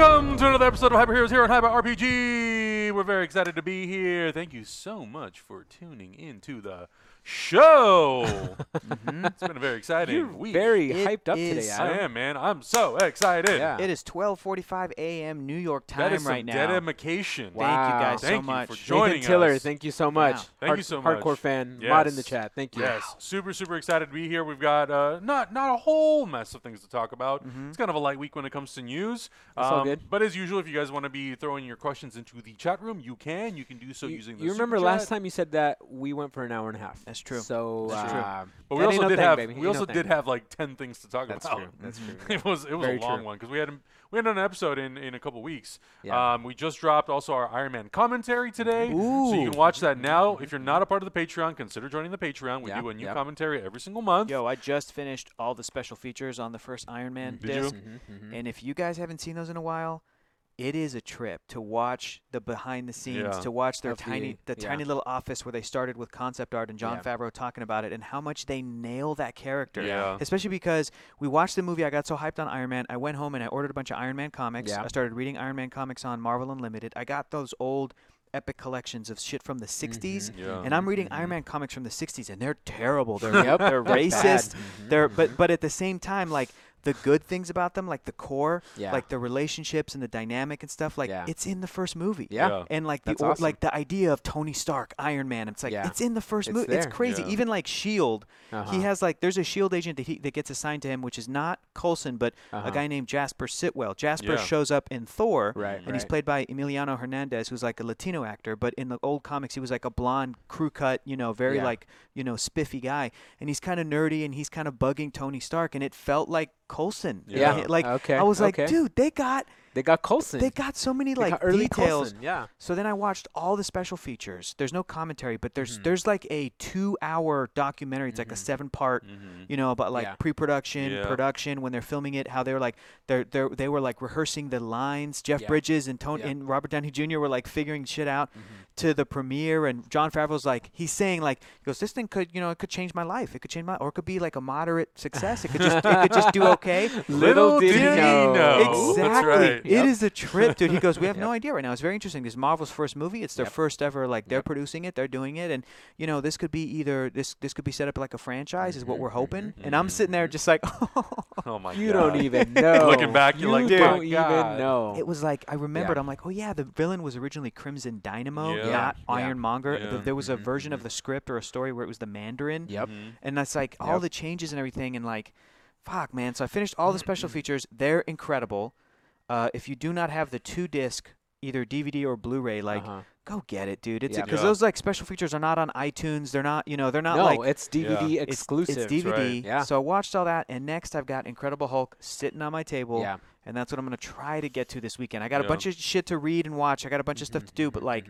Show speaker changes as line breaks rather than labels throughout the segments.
another episode of Hyper Heroes here on Hyper RPG. We're very excited to be here. Thank you so much for tuning in to the show. Mm-hmm. It's been a very exciting
You're
week.
very
It
hyped up
is-
today,
I
Adam.
am, man. I'm so excited.
Yeah.
It is 12:45 a.m. New York time
That is some
right now.
dedication.
Thank you
Thank
guys so
you
much.
for joining
Nathan Tiller,
us.
thank you so much.
Thank
Hard-
you so
Hardcore
much.
fan, mod in the
Yes.
chat. Thank you.
Yes, super super excited to be here. We've got uh, not not a whole mess of things to talk about. It's kind of a light week when it comes to news.
That's Mm-hmm. all
Um,
good.
But as usual, if you guys want to be throwing your questions into the chat room, you can. You can do so
You,
using. The
you
super
remember last
chat.
time you said that we went for an hour and a half.
That's true.
So
That's true.
uh,
But we
that ain't
also
no
did
thing,
have
baby.
we
Ain't
also
no
did
thing.
have like ten things to talk
That's
about.
true. That's true.
it was it was
Very
a long
true.
one because we had we had an episode in in a couple weeks.
Yeah.
Um, we just dropped also our Iron Man commentary today, so you
Ooh.
can watch that now. If you're not a part of the Patreon, consider joining the Patreon. We
Yeah,
do a new
yeah.
commentary every single month.
Yo, I just finished all the special features on the first Iron Man
Did you?
disc,
Mm-hmm,
and if you guys haven't seen those in a while, it is a trip to watch the behind the scenes,
Yeah.
to watch their
Of the-
tiny, the
yeah.
tiny little office where they started with concept art and John
Yeah.
Favreau talking about it, and how much they nail that character.
Yeah.
Especially because we watched the movie, I got so hyped on Iron Man, I went home and I ordered a bunch of Iron Man comics.
Yeah.
I started reading Iron Man comics on Marvel Unlimited. I got those old epic collections of shit from the 60s
Mm-hmm.
Yeah.
and I'm reading Iron Man comics from the 60s, and they're terrible. They're
Yep,
they're
they're
racist.
bad.
They're
Mm-hmm.
but but at the same time, like the good things about them, like the core,
Yeah.
like the relationships and the dynamic and stuff, like
Yeah.
it's in the first movie.
Yeah.
Yeah.
And like the
That's
or-
awesome.
like the idea of Tony Stark, Iron Man, it's like
Yeah.
it's in the first
It's
movie. It's
there.
crazy.
Yeah.
Even like Shield,
Uh-huh.
E he has like there's a Shield E agent that he that gets assigned to him, which is not Coulson, but
Uh-huh.
a guy named Jasper Sitwell. Jasper
Yeah.
shows up in Thor,
Right,
and he's
right.
played by Emiliano Hernandez, who's like a Latino actor, but in the old comics he was like a blonde crew cut, you know, very
Yeah.
like you know spiffy guy, and he's kind of nerdy and he's kind of bugging Tony Stark, and it felt like Coulson.
Yeah.
Like
Okay,
I was like,
okay.
dude, they got
They got Colson.
they got so many
They
like
got early
details.
Coulson, Yeah.
So then I watched all the special features. There's no commentary, but
Mm-hmm.
there's there's like a two hour documentary. It's like a seven part, you know, about like
Mm-hmm. Yeah.
pre production,
Yeah.
production, when they're filming it, how they were like they're, they're they were like rehearsing the lines. Jeff
Yeah.
Bridges and Tony
Yeah.
and Robert Downey Jr. were like figuring shit out to the premiere, and John Favreau's like he's saying like he goes, this thing could you know it could change my life. It could change my or it could be like a moderate success. It could just it could just do okay.
Little did he
did he
know.
know.
Oh,
Exactly.
That's right.
It is a trip, dude. He goes, we have no idea right now. It's very interesting. This is Marvel's first movie. It's their
Yep.
first ever. Like they're producing it, they're doing it, and you know this could be either this this could be set up like a franchise is what we're
Mm-hmm.
hoping. And I'm sitting there just like,
Oh my
You
god.
don't even know.
Looking back, you're
you
like,
don't
my
even
God.
know.
it was like I remembered.
Yeah.
I'm like, oh yeah, the villain was originally Crimson Dynamo,
Yeah.
not
Yeah. Mm-hmm.
Ironmonger.
Yeah.
Th- There was a version of the script or a story where it was the Mandarin.
Yep.
Mm-hmm.
and that's like all
Yep.
the changes and everything and like fuck man so i finished all
Mm-hmm.
the special features they're incredible uh, if you do not have the two disc either dvd or blu-ray like
Uh-huh.
go get it dude it's
Yep.
because
Yeah.
those like special features are not on itunes they're not you know they're not
no,
like
it's DVD
Yeah.
it's-
exclusive.
it's dvd
right.
Yeah.
so i watched all that and next i've got incredible hulk sitting on my table
Yeah.
and that's what i'm gonna try to get to this weekend i got
Yeah.
a bunch of shit to read and watch i got a bunch of stuff to do but
Mm-hmm.
like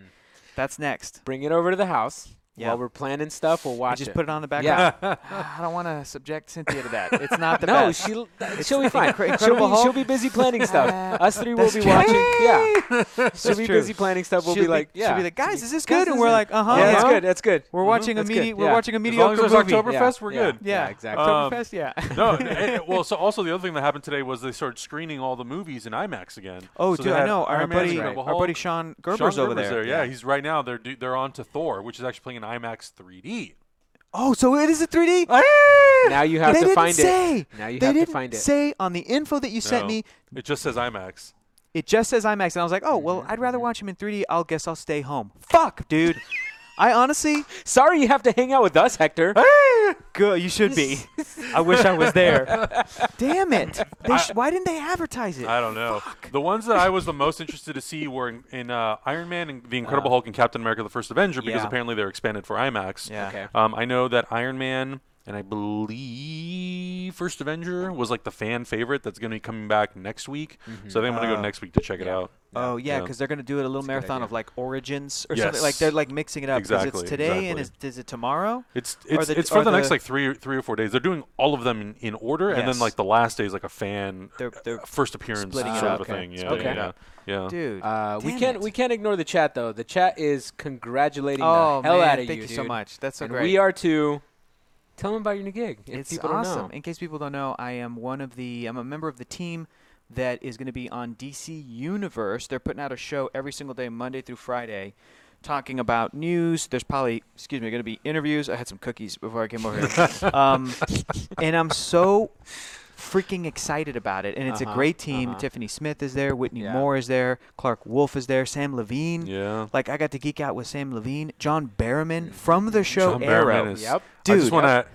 that's next
Bring it over to the house.
Yeah.
While we're planning stuff, we'll
I
watch
just
it.
put it on the
Yeah.
background. I don't want to subject Cynthia to that. It's not the
no,
best.
she'll she'll be fine.
Incre-
She'll
Incredible
be, she'll
Hulk.
be busy planning stuff.
Uh,
Us three will
that's
be
true.
watching. Yeah, she'll
That's
be
true.
busy planning stuff. We'll
She'll
be like, yeah.
she'll be like, guys,
She'll be,
is this
"Guys,
good? And we're
it-
like, uh huh.
yeah,
yeah.
that's good. That's good.
We're watching a
That's good,
medi- we're
yeah.
watching a
As
mediocre
long as there's
movie.
Oktoberfest, we're
yeah,
good.
Yeah,
Yeah, exactly.
Um,
Oktoberfest, yeah.
no, and- and- well, so also the other thing that happened today was they started screening all the movies in IMAX again.
Oh,
so they
dude, I
had
know. Our
Iron Man,
buddy,
Incredible
our buddy
Hulk.
Sean
Sean
Gerber's over there.
Yeah. he's right now. They're do, they're on to Thor, which is actually playing in IMAX 3D.
Oh, so it is a 3D.
Now you have
they
to
didn't
find
say.
it. Now you
they
have
didn't
to find it.
Say on the info that you sent
No,
me,
It just says IMAX.
it just says IMAX, and I was like, oh well, I'd rather watch him in 3D. I'll guess I'll stay home. Fuck, dude. I honestly,
Sorry, you have to hang out with us, Hector.
good. You should be. I wish I was there. Damn it! They sh- why didn't they advertise it?
I don't know. The ones that I was the most interested to see were in, in uh, Iron Man and The Incredible Hulk and Captain America: The First Avenger because
Uh. Yeah.
apparently they're expanded for IMAX.
Yeah.
Okay.
Um, I know that Iron Man and I believe First Avenger was like the fan favorite that's going to be coming back next week. So I think I'm going to
Oh.
go next week to check it out.
Oh yeah,
Yeah.
because they're gonna do it a little marathon of like origins or something. Like
Yes.
they're like mixing it up because
Exactly,
it's today and is,
exactly.
is it tomorrow?
It's
Are
it's,
the-
it's for
are
the, next
the-
like three or, three or four days. They're doing all of them in, in order, and then
Yes.
like the last day is like a fan
They're- they're
uh, first appearance sort
splitting
it
of
up.
a
Okay.
thing. Yeah,
Okay.
yeah, yeah. yeah.
Dude,
Uh, we
damn
can't
it.
we can't ignore the chat though. The chat is congratulating
Oh
the hell
man,
out of
thank you, so
dude.
much. That's so
and
great.
we are too. Tell them about your new gig. If
it's
people
awesome.
Don't know.
In case people don't know, I am one of the. I'm a member of the team that is going to be on DC Universe. They're putting out a show every single day, Monday through Friday, talking about news. There's probably, excuse me, going to be interviews. I had some cookies before I came over here. um, and I'm so freaking excited about it. And it's a
Uh-huh,
great team.
uh-huh.
Tiffany Smith is there, Whitney
Yeah.
Moore is there, Clark Wolf is there, Sam Levine.
Yeah.
Like I got to geek out with Sam Levine, John Barrowman from the show
John
Arrow.
Barrowman is-
Yep.
I
Dude.
just want to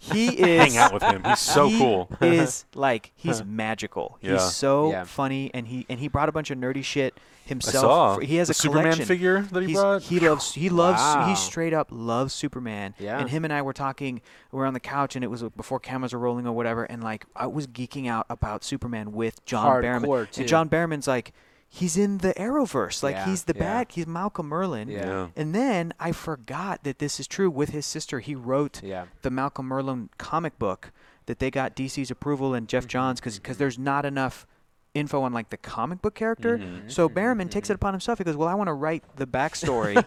He is
hang out with him. He's so
he
cool.
is like he's magical.
Yeah.
He's so
Yeah.
funny, and he and he brought a bunch of nerdy shit
I
himself.
saw.
for- he has
the
a
Superman
collection.
figure that he
He's-
brought.
he loves he loves
Wow.
he straight up loves Superman.
Yeah.
And him and I were talking. We were on the couch, and it was uh, before cameras were rolling or whatever. And like I was geeking out about Superman with John
Hardcore,
Barrowman,
too.
and John Barrowman's like. He's in the Arrowverse, like
Yeah,
he's the
yeah.
bad. He's Malcolm Merlin,
Yeah.
Yeah.
and then I forgot that this is true. With his sister, he wrote
Yeah.
the Malcolm Merlin comic book that they got DC's approval and Jeff Johns because there's not enough info on like the comic book character.
Mhm.
So Barrowman takes it upon himself. He goes, "Well, I want to write the backstory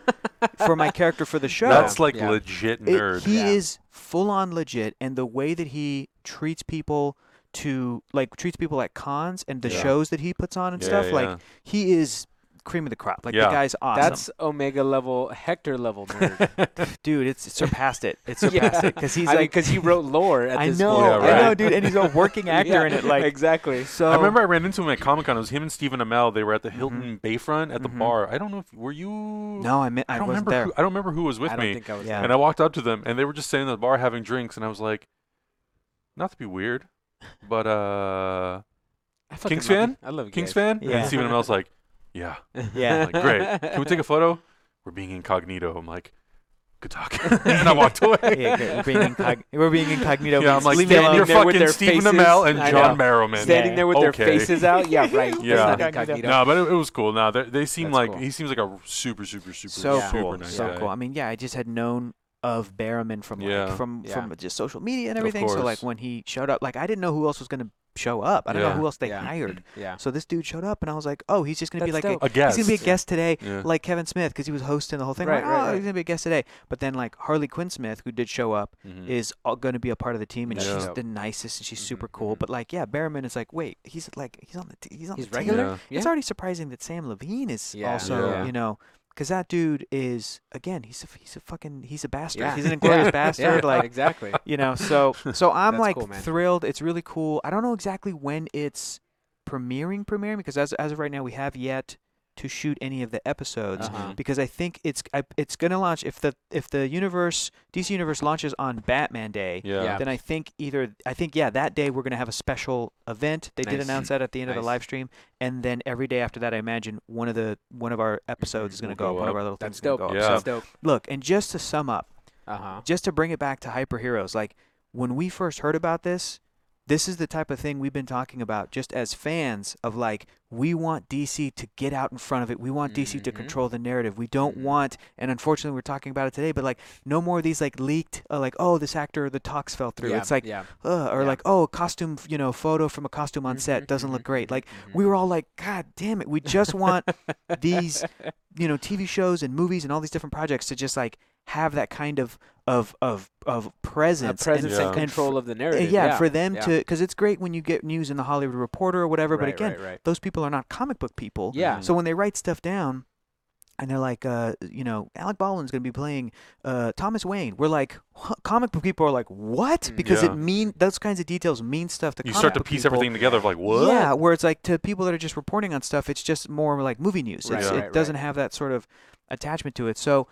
for my character for the show."
That's like
Yeah.
legit
It-
nerd.
he
Yeah.
is full on legit, and the way that he treats people to like treats people at cons and the
Yeah.
shows that he puts on and
Yeah,
stuff,
yeah.
like he is cream of the crop. Like
Yeah.
the guy's awesome.
That's Omega level, Hector level nerd.
dude, it's it surpassed it. It surpassed it because he's
I mean,
like.
'cause he wrote lore at
I
this
know,
point.
Yeah, right.
I know, dude, and he's a working actor
Yeah,
in it. Like,
exactly.
So
I remember I ran into him at Comic Con. It was him and Stephen Amell. They were at the Hilton Bayfront at the bar. I don't know if were you.
Mm-hmm. No, I meant I,
I don't
wasn't
remember.
there.
Who, I don't remember who was with
I don't
me.
think I was.
Yeah.
And I walked up to them, and they were just sitting at the bar having drinks, and I was like, not to be weird, but uh,
I fucking
Kings
love
fan?
you. I love you
Kings
guys.
fan.
Yeah.
And Stephen Amell's like, yeah.
Yeah.
I'm like, great. Can we take a photo? We're being incognito. I'm like, good talk. and I walked away.
yeah, good. we're being incog- we're being incognito.
Yeah, I'm
Please
like,
leave me
man,
alone.
you're
there with
fucking
their
Stephen
faces.
Amell and
I
John
know.
Barrowman.
Standing there with
Okay.
their faces out. Yeah, right.
Yeah.
That's not
Incognito.
incognito.
No, but it, it was cool. No, they, they seem
That's
like
cool.
he seems like a super, super, super,
so
super
cool,
nice
so
guy.
cool. I mean, yeah, I just had known of Barrowman from like,
Yeah.
from
Yeah.
from just social media and
Of
everything. So like
course.
when he showed up, like I didn't know who else was gonna show up. I don't
Yeah.
know who else they
Yeah.
hired.
Yeah.
So this dude showed up, and I was like, oh, he's just gonna be
That's
like
dope.
A
a,
guest.
he's gonna be a guest today.
Yeah.
Like Kevin Smith, because he was hosting the whole thing.
Right,
like,
right,
oh,
right.
he's gonna be a guest today. But then like Harley Quinn Smith, who did show up,
Mhm.
is going to be a part of the team, and
Yeah.
she's
Dope.
the nicest, and she's
Mhm,
super cool.
mhm.
But like, yeah, Barrowman is like, wait, he's like, he's on the, t- he's on
He's
the team.
regular.
Yeah.
It's already surprising that Sam Levine is
Yeah.
also,
Yeah.
you know, because that dude is again, he's a, he's a fucking, he's a bastard.
Yeah.
He's an inglorious
Yeah.
bastard.
Yeah,
Like,
exactly.
you know, so so I'm
That's
like
cool, man.
thrilled. It's really cool. I don't know exactly when it's premiering, premiering because as as of right now, we have yet to shoot any of the episodes
Uh-huh.
because I think it's I, it's gonna launch if the if the universe DC universe launches on Batman Day.
Yeah.
Yeah.
Then I think either I think yeah that day we're gonna have a special event. They did
Nice.
announce that at the end of the
Nice.
live stream, and then every day after that, I imagine one of the one of our episodes is gonna
Will
go.
go
up. One
up.
of our little
That's
things gonna
dope.
go up.
Yeah.
That's dope.
So look, and just to sum up,
Uh huh.
just to bring it back to hyper heroes like when we first heard about this this is the type of thing we've been talking about just as fans of like we want dc to get out in front of it we want dc to
Mhm.
control the narrative we don't
Mhm.
want and unfortunately we're talking about it today but like no more of these like leaked uh, like oh this actor the talks fell through
Yeah,
it's like
yeah.
uh, or
yeah. Mm-hmm,
like oh costume you know photo from a costume on set doesn't look great like we were all like god damn it we just want these you know tv shows and movies and all these different projects to just like have that kind of of of of
a
presence,
presence
Yeah.
and control of the
And,
narrative.
Uh, yeah, for them
yeah.
to because it's great when you get news in the Hollywood Reporter or whatever. but
Right,
again,
right, right.
those people are not comic book people.
Yeah.
Mm-hmm.
So when they write stuff down, and they're like, uh, you know, Alec Baldwin's going to be playing uh, Thomas Wayne. We're like, "Huh?" comic book people are like, what?
Mm.
Because
Yeah.
it mean those kinds of details mean stuff to
You
comic
start to
book
piece
people.
everything together of like, what?
Yeah, where it's like to people that are just reporting on stuff, it's just more like movie news.
Right,
It's,
Yeah.
it
right, right.
doesn't have that sort of attachment to it. So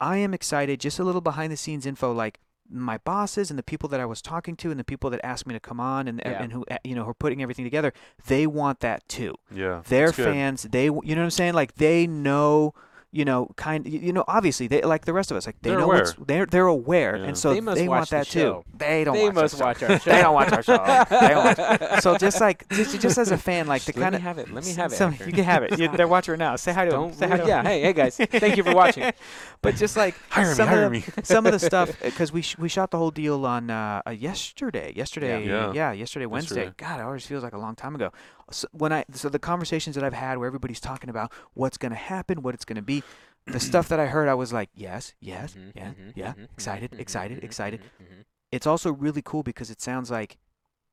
I am excited. Just a little behind the scenes info, like my bosses and the people that I was talking to, and the people that asked me to come on, and
Yeah.
and who you know who are putting everything together. They want that too.
Yeah.
They're
it's good.
fans. They w- you know what I'm saying? Like they know. You know, kind. y- You know, obviously, they like the rest of us. Like they
They're
know
aware.
what's they're they're aware,
Yeah.
and so
They
they,
must watch
want
the
that
show.
too. They don't.
They
watch
must
our show.
watch our show.
They don't watch our show. they don't watch so just like just, just as a fan, like the
Let
kind
me
of
have it. Let me have it.
some-
Hector.
you can have it. You, they're watching right now. Say hi to
Don't.
them. Say hi to
ruin-
them.
yeah. Hey, hey guys. Thank you for watching.
But just like
Hire me,
some,
hire
of the,
me.
some of the stuff because we sh- we shot the whole deal on uh, uh, yesterday. Yesterday.
Yeah.
Yeah. yesterday Wednesday.
Yesterday.
God, it always feels like a long time ago. So when I so the conversations that I've had where everybody's talking about what's going to happen, what it's going to be. The stuff that I heard, I was like, yes, yes,
Mhm,
yeah,
mhm,
yeah,
mhm,
excited,
mhm,
excited,
mhm,
excited.
mhm, mhm.
It's also really cool because it sounds like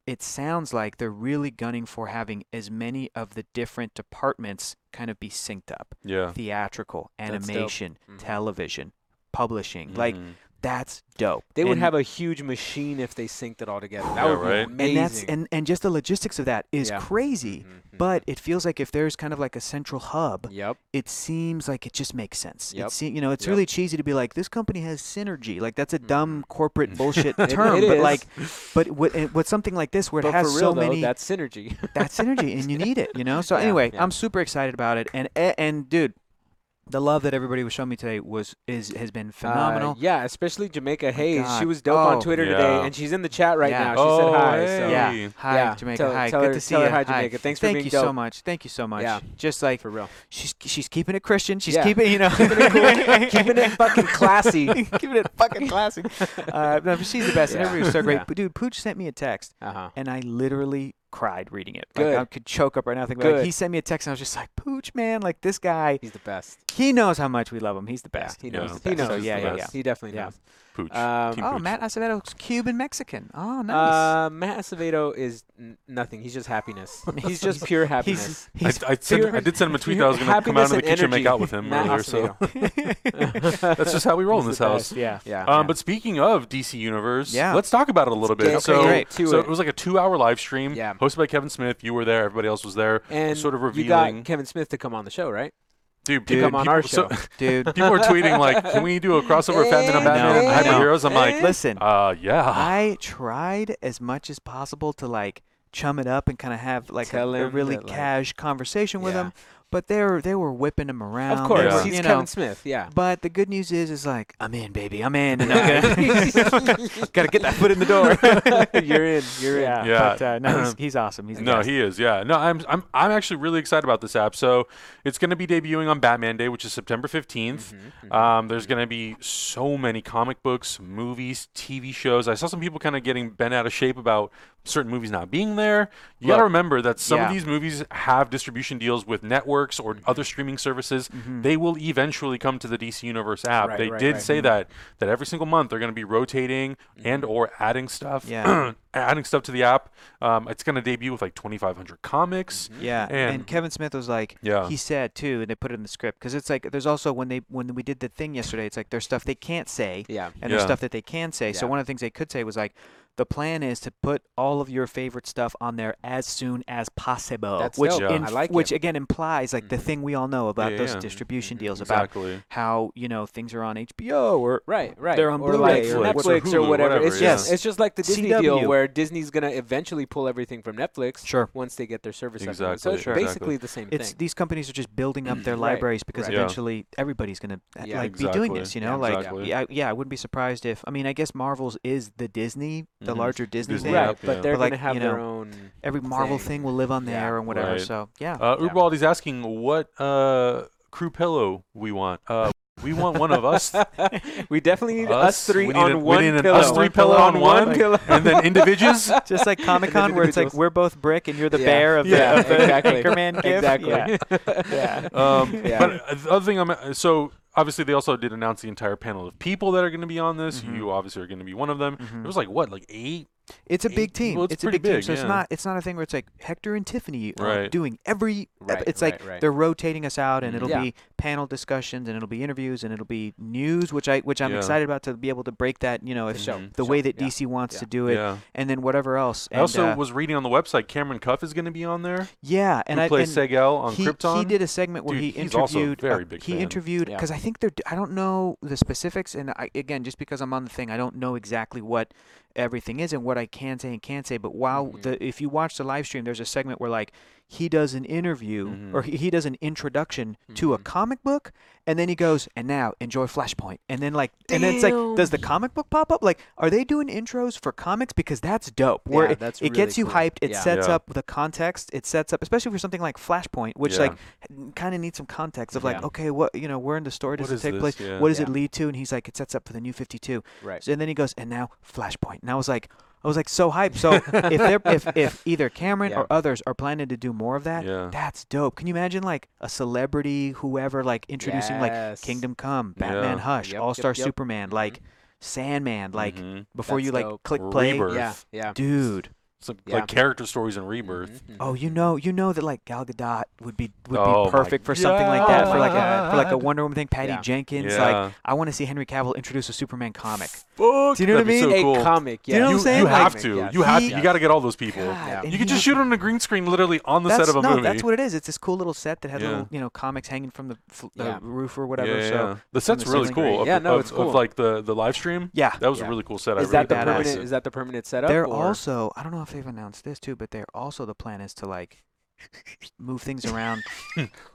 it sounds like they're really gunning for having as many of the different departments kind of be synced up
Yeah.
theatrical,
That's dope. Mm-hmm.
animation,
Mhm.
television, publishing. Like,
Mhm.
that's dope.
They would
And-
have a huge machine if they synced it all together. That
Yeah,
would be
right?
amazing.
and that's and, and just the logistics of that is
Yeah. Mm-hmm.
crazy.
Mhm.
But it feels like if there's kind of like a central hub,
yep.
it seems like it just makes sense.
Yep.
It se- you know, it's
Yep. Mm-hmm.
really cheesy to be like, this company has synergy. Like that's a dumb corporate
Mm.
bullshit
It-
term.
it
but
is.
like,
Mm-hmm.
but what, it- with something like this where it
but
has
for real
so
though,
many
that's synergy.
that's synergy, and you need it. You know. So
Yeah,
anyway,
yeah.
I'm super excited about it. And a- and dude, the love that everybody was showing me today was is has been phenomenal.
Uh, yeah, especially Jamaica Hayes. She
God.
was dope on
Oh.
Twitter today,
Yeah.
and she's in the chat right
Yeah.
now. She
oh,
said hi.
hey.
So.
Yeah. Hi,
Yeah,
Jamaica.
tell-
hi,
tell
good
her-
to see
tell her
you.
hi, Jamaica. Thanks for
Thank
being
you so
dope.
much. Thank you so much.
Yeah.
Just like
For real.
she's she's keeping it Christian. She's
Yeah.
keeping it, you know,
keeping, it cool, keeping it fucking classy.
keeping it fucking classy. Uh, no, but she's the best, and
Yeah.
everybody was so great.
Yeah.
But dude, Pooch sent me a text,
Uh-huh.
and I literally cried reading it.
Good.
Like I could choke up right now. Thinking about
Good.
it. he sent me a text, and I was just like, Pooch, man, like this guy,
He's the best.
he knows how much we love him. He's the best.
He
Yeah.
knows.
Yeah.
He knows.
So, yeah,
yeah,
yeah.
He definitely
Yeah.
knows.
Pooch.
Um,
Team
Oh,
Pooch.
Matt Acevedo's Cuban Mexican. Oh, nice.
Uh, Matt Acevedo is n- nothing. He's just happiness. He's just pure Uh, happiness.
he's he's
I, I, sent,
pure-
I did send him a tweet
pure
that I was going to come out
happiness
of the
and
kitchen and make
energy.
out with him
Matt
earlier. So
Acevedo.
that's just how we roll in this house.
yeah.
yeah.
Um, but speaking of DC Universe,
Yeah.
let's talk about it a little bit.
get
so,
right to
so
it.
it was like a two-hour live stream,
Yeah.
hosted by Kevin Smith. You were there. Everybody else was there.
and
sort of
you got
revealing-
Kevin Smith to come on the show, right?
Dude,
To come on our
people- so-
show.
Dude,
people are tweeting like, "Can we do a crossover Batman on
No,
Batman
I know.
Hyperheroes?" I'm like,
listen.
"Uh,
Ah.
yeah."
I tried as much as possible to like chum it up and kind of have like a,
Tell
a
him
really
that, like-
cash conversation with
Yeah.
him, but they were they were whipping him around.
Of course,
they were,
Yeah.
he's
you know,
Kevin Smith. Yeah.
But the good news is, is like I'm in, baby, I'm in, and I'm gonna gotta get that foot in the door.
you're in. You're in.
yeah,
Yeah.
but uh, no, he's, he's awesome. He's the
No,
best.
he is. Yeah. No, I'm I'm I'm actually really excited about this app. So it's going to be debuting on Batman Day, which is September 15th. Um, there's going to be so many comic books, movies, TV shows. I saw some people kind of getting bent out of shape about certain movies not being there. You got to
Look,
remember that some of
yeah.
these movies have distribution deals with networks or other streaming services. They will eventually come to the DC Universe app.
Right,
they
right,
did
right.
Mm.
say that that every single month they're going to be rotating and or adding stuff.
Mm-hmm. Yeah.
adding stuff to the app. Um, it's going to debut with like 2,500 comics.
Yeah, and,
And-
Kevin Smith was like,
Yeah.
he said too, and they put it in the script because it's like there's also when they when we did the thing yesterday, it's like there's stuff they can't say,
Yeah.
and there's
Yeah.
stuff that they can say. So
Yeah.
one of the things they could say was like, the plan is to put all of your favorite stuff on there as soon as possible,
That's
which
dope.
Yeah.
in-
I like
which
it.
again implies like the thing we all know about
Yeah,
those
yeah.
distribution deals about
Exactly.
how you know things are on HBO or
Right, right.
They're on
or
Blu-ray
like
or
Netflix,
whatever.
or
Hulu,
whatever.
whatever,
It's
yeah.
just it's just like the Disney
CW.
deal where Disney's gonna eventually pull everything from Netflix
Sure.
once they get their service up and running. So
Exactly,
it's
sure.
basically the same
it's
thing.
these companies are just building up their
Right,
libraries because
right.
Yeah.
eventually everybody's going to
Yeah.
like be doing
Exactly.
this, you know?
Yeah,
like
exactly.
yeah, I, yeah, I wouldn't be surprised if I mean, I guess Marvel's is the Disney, the
Mhm.
larger Disney,
Disney,
thing.
yeah.
Mm-hmm. right, but
Yeah.
they're
But, like,
gonna have
you
their
know,
own
Every Marvel thing,
Thing.
will live on
Yeah.
there and whatever.
Right.
So, yeah.
Uh,
Yeah.
Ubaldi's asking what uh, crew pillow we want. Uh, we want one of us,
We definitely need us,
Us?
three
We need
on
a- we
one
need an
pillow.
us three pillow on one?
pillow.
and then individuals.
Just like Comic Con, where it's like
individuals.
we're both brick and you're the
Yeah.
bear of the,
Yeah,
of the
exactly.
Anchorman gif.
Exactly.
Yeah. yeah.
Um,
Yeah.
But uh, the other thing I'm uh, so obviously they also did announce the entire panel of people that are going to be on this.
Mm-hmm.
You obviously are going to be one of them. It was like what, like eight?
It's a
Eight
big team.
people, it's
it's a
pretty
big, team.
big,
So
yeah.
it's not it's not a thing where it's like Hector and Tiffany are
Right.
doing every. ep-
Right,
it's like
right, right. Mm-hmm.
they're rotating us out, and it'll
Yeah.
be panel discussions, and it'll be interviews, and it'll be news, which I which I'm
Yeah.
excited about to be able to break that. You know, if
show,
the
show,
way that
yeah,
DC wants
yeah.
to do it,
Yeah.
and then whatever else.
I also
and, uh,
was reading on the website Cameron Cuff is going to be on there.
yeah, and
who
I
plays
and
Segel on
he,
Krypton?
He did a segment where
Dude,
he
he's also a
interviewed.
very
uh,
big
he
fan.
interviewed
Yeah.
because I think they're. d- I don't know the specifics, and I, again, just because I'm on the thing, I don't know exactly what everything is and what I can say and can't say. But while
Mm-hmm.
the if you watch the live stream, there's a segment where like he does an interview
Mm-hmm.
or he, he does an introduction to a comic book, and then he goes, and now enjoy Flashpoint, and then like, and then it's like, does the comic book pop up? Like, are they doing intros for comics because that's dope? Where
Yeah,
it,
that's
it
really
gets you
cool.
hyped, it
Yeah.
sets
Yeah.
up the context, it sets up, especially for something like Flashpoint, which
Yeah.
like kind of needs some context of like,
Yeah.
okay, what you know, where in the story does
What
it
is
take
this?
place?
Yeah.
What does it
Yeah.
lead to? And he's like, it sets up for the new Fifty Two.
Right.
So, and then he goes, and now Flashpoint. And I was like, I was like so hyped. So if they're if, if either Cameron
Yeah.
or others are planning to do more of that,
Yeah.
that's dope. Can you imagine like a celebrity, whoever, like introducing like
Yes.
Kingdom Come, Batman,
Yeah.
Hush,
Yep,
All Star
yep, yep.
Superman, like Sandman, like
Mhm.
before you
That's
like
dope.
click play,
Rebirth.
Yeah, yeah.
dude.
some
Yeah.
like character stories in Rebirth.
Mm-hmm.
Oh, you know, you know that like Gal Gadot would be would
Oh my
be perfect for something like that for like a, for like a
God.
Wonder Woman thing. Patty
Yeah.
Jenkins,
Yeah.
Mm-hmm. like I want to see Henry Cavill introduce a Superman comic.
Fuck,
Do you know what
that'd be
I mean?
so
a
cool.
comic. Yeah.
You know what I'm saying?
You
Like-
have to.
yes.
You have.
He-
You got to get all those people.
God, and
You could
he-
just shoot on a green screen, literally on the
that's,
set of a
no,
movie.
that's what it is. It's this cool little set that had
Yeah.
little you know comics hanging from the, fl- the
Yeah.
roof or whatever.
Yeah, yeah,
so
yeah. the set's
the
really
ceiling
cool.
grate.
Of,
Yeah, no,
of-
it's
of,
cool.
like the the live stream.
Yeah.
that was
Yeah.
a really cool set. I
Is
really
that the
liked it.
badass.
permanent? Is that the permanent setup?
they're
or-
also I don't know if they've announced this too, but they're also the plan is to like move things around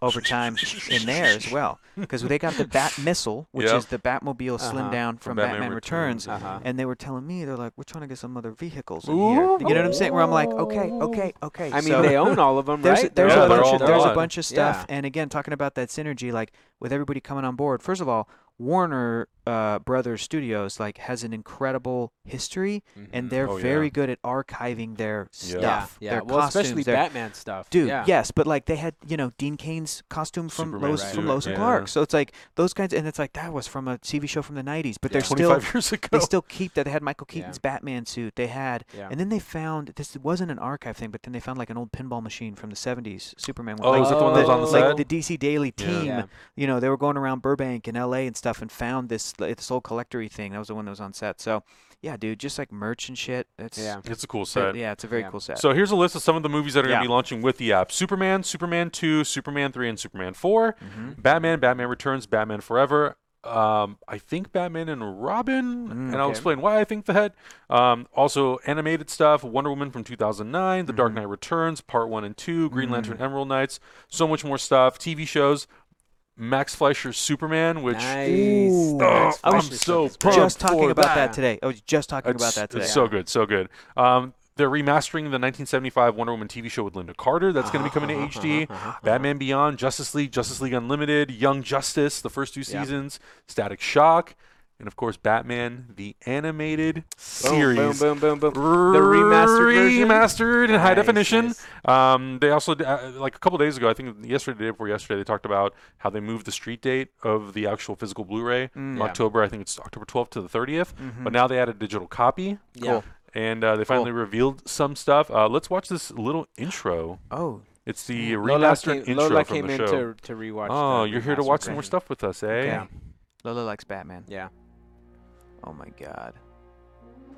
over time in there as well because they got the Bat Missile, which
Yeah.
is the Batmobile
Uh-huh.
slimmed down from, Batman, Returns.
Uh-huh.
And they were telling me they're like, we're trying to get some other vehicles in here. You know what I'm saying? Where I'm like, okay, okay, okay.
I mean,
so
they own all of them,
there's
right?
there's
Yeah, they're
a bunch
all
of, there's
gone.
a bunch of stuff.
Yeah.
And again, talking about that synergy, like with everybody coming on board. First of all, Warner uh, Brothers Studios like has an incredible history, and they're
Oh, yeah.
very good at archiving their
Yeah.
stuff,
Yeah,
their
well,
costumes,
especially
their
Batman stuff.
Dude,
yeah.
yes, but like they had, you know, Dean Kane's costume from
Superman
Lois from
suit,
Lois and
yeah.
Clark. So it's like those kinds, and it's like that was from a TV show from the '90s, but they're still
25 years ago.
they still keep that. They had Michael
Yeah.
Keaton's Batman suit. They had,
Yeah.
and then they found this wasn't an archive thing, but then they found like an old pinball machine from the '70s. Superman. one,
Oh,
like,
is that the one that was on the
like
set?
the DC Daily
Yeah.
team.
Yeah.
You know, they were going around Burbank and LA and stuff, and found this like, this old collectory thing. That was the one that was on set. So, yeah, dude, just like merch and shit. That's
Yeah.
it's a cool
so-
set.
yeah, it's a very
Yeah.
cool set.
So here's a list of some of the movies that are going
Yeah.
to be launching with the app: Superman, Superman 2, Superman 3, and Superman 4,
Mhm.
Batman, Batman Returns, Batman Forever. Um, I think Batman and
Mm,
Robin, and I'll
okay.
explain why I think that. Um, also, animated stuff: Wonder Woman from 2009, The Dark
Mhm.
Knight Returns, Part One and Two, Green
Mm.
Lantern, Emerald Knights. So much more stuff. TV shows: Max Fleischer's Superman, which
nice.
Ooh.
Oh,
That's
I'm
fresh as
so
fuck.
pumped
just talking
for
about that.
that.
today. I was just talking about
It's-
that today.
It's so good, so good. Um, they're remastering the 1975 Wonder Woman TV show with Linda Carter. That's going to be coming
Uh-huh.
to HD. Batman Beyond, Justice League, Justice League Unlimited, Young Justice, the first two
Yeah.
seasons, Static Shock, and of course Batman the animated
Boom,
series.
Boom, boom, boom, boom. The remastered version?
remastered in high
Nice,
definition.
nice.
Um, they also d- uh, like a couple days ago, I think yesterday, the day before yesterday, they talked about how they moved the street date of the actual physical Blu-ray from
Mm.
Yeah.
October. I think it's October 12th to the 30th.
Mm-hmm.
But now they added a digital copy,
Yeah. Hmm. Cool.
and uh, they finally revealed some stuff. Uh, let's watch this little intro.
Oh,
It's the
Lola
remastered
came,
intro
Lola
from
came
the
in
show.
to, to rewatch.
oh,
the
you're here to
remastered
watch some more
version.
stuff with us, eh?
okay.
Yeah.
Lola likes Batman.
Yeah,
Oh my god.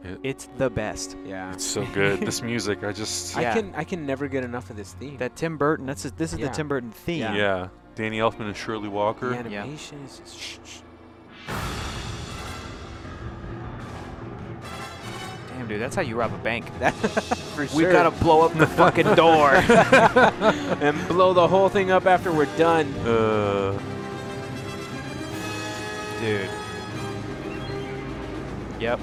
It-
It's the best.
yeah.
It's so good. this music, I just
Yeah.
I can I can never get enough of this theme.
That Tim Burton. That's a, this is
Yeah.
the Tim Burton theme.
yeah.
Yeah.
Danny Elfman and Shirley Walker.
the animation is just,
Damn, dude, that's how you rob a bank.
for
We've
sure.
got to blow up the fucking door.
and blow the whole thing up after we're done.
Uh,
dude. Yep.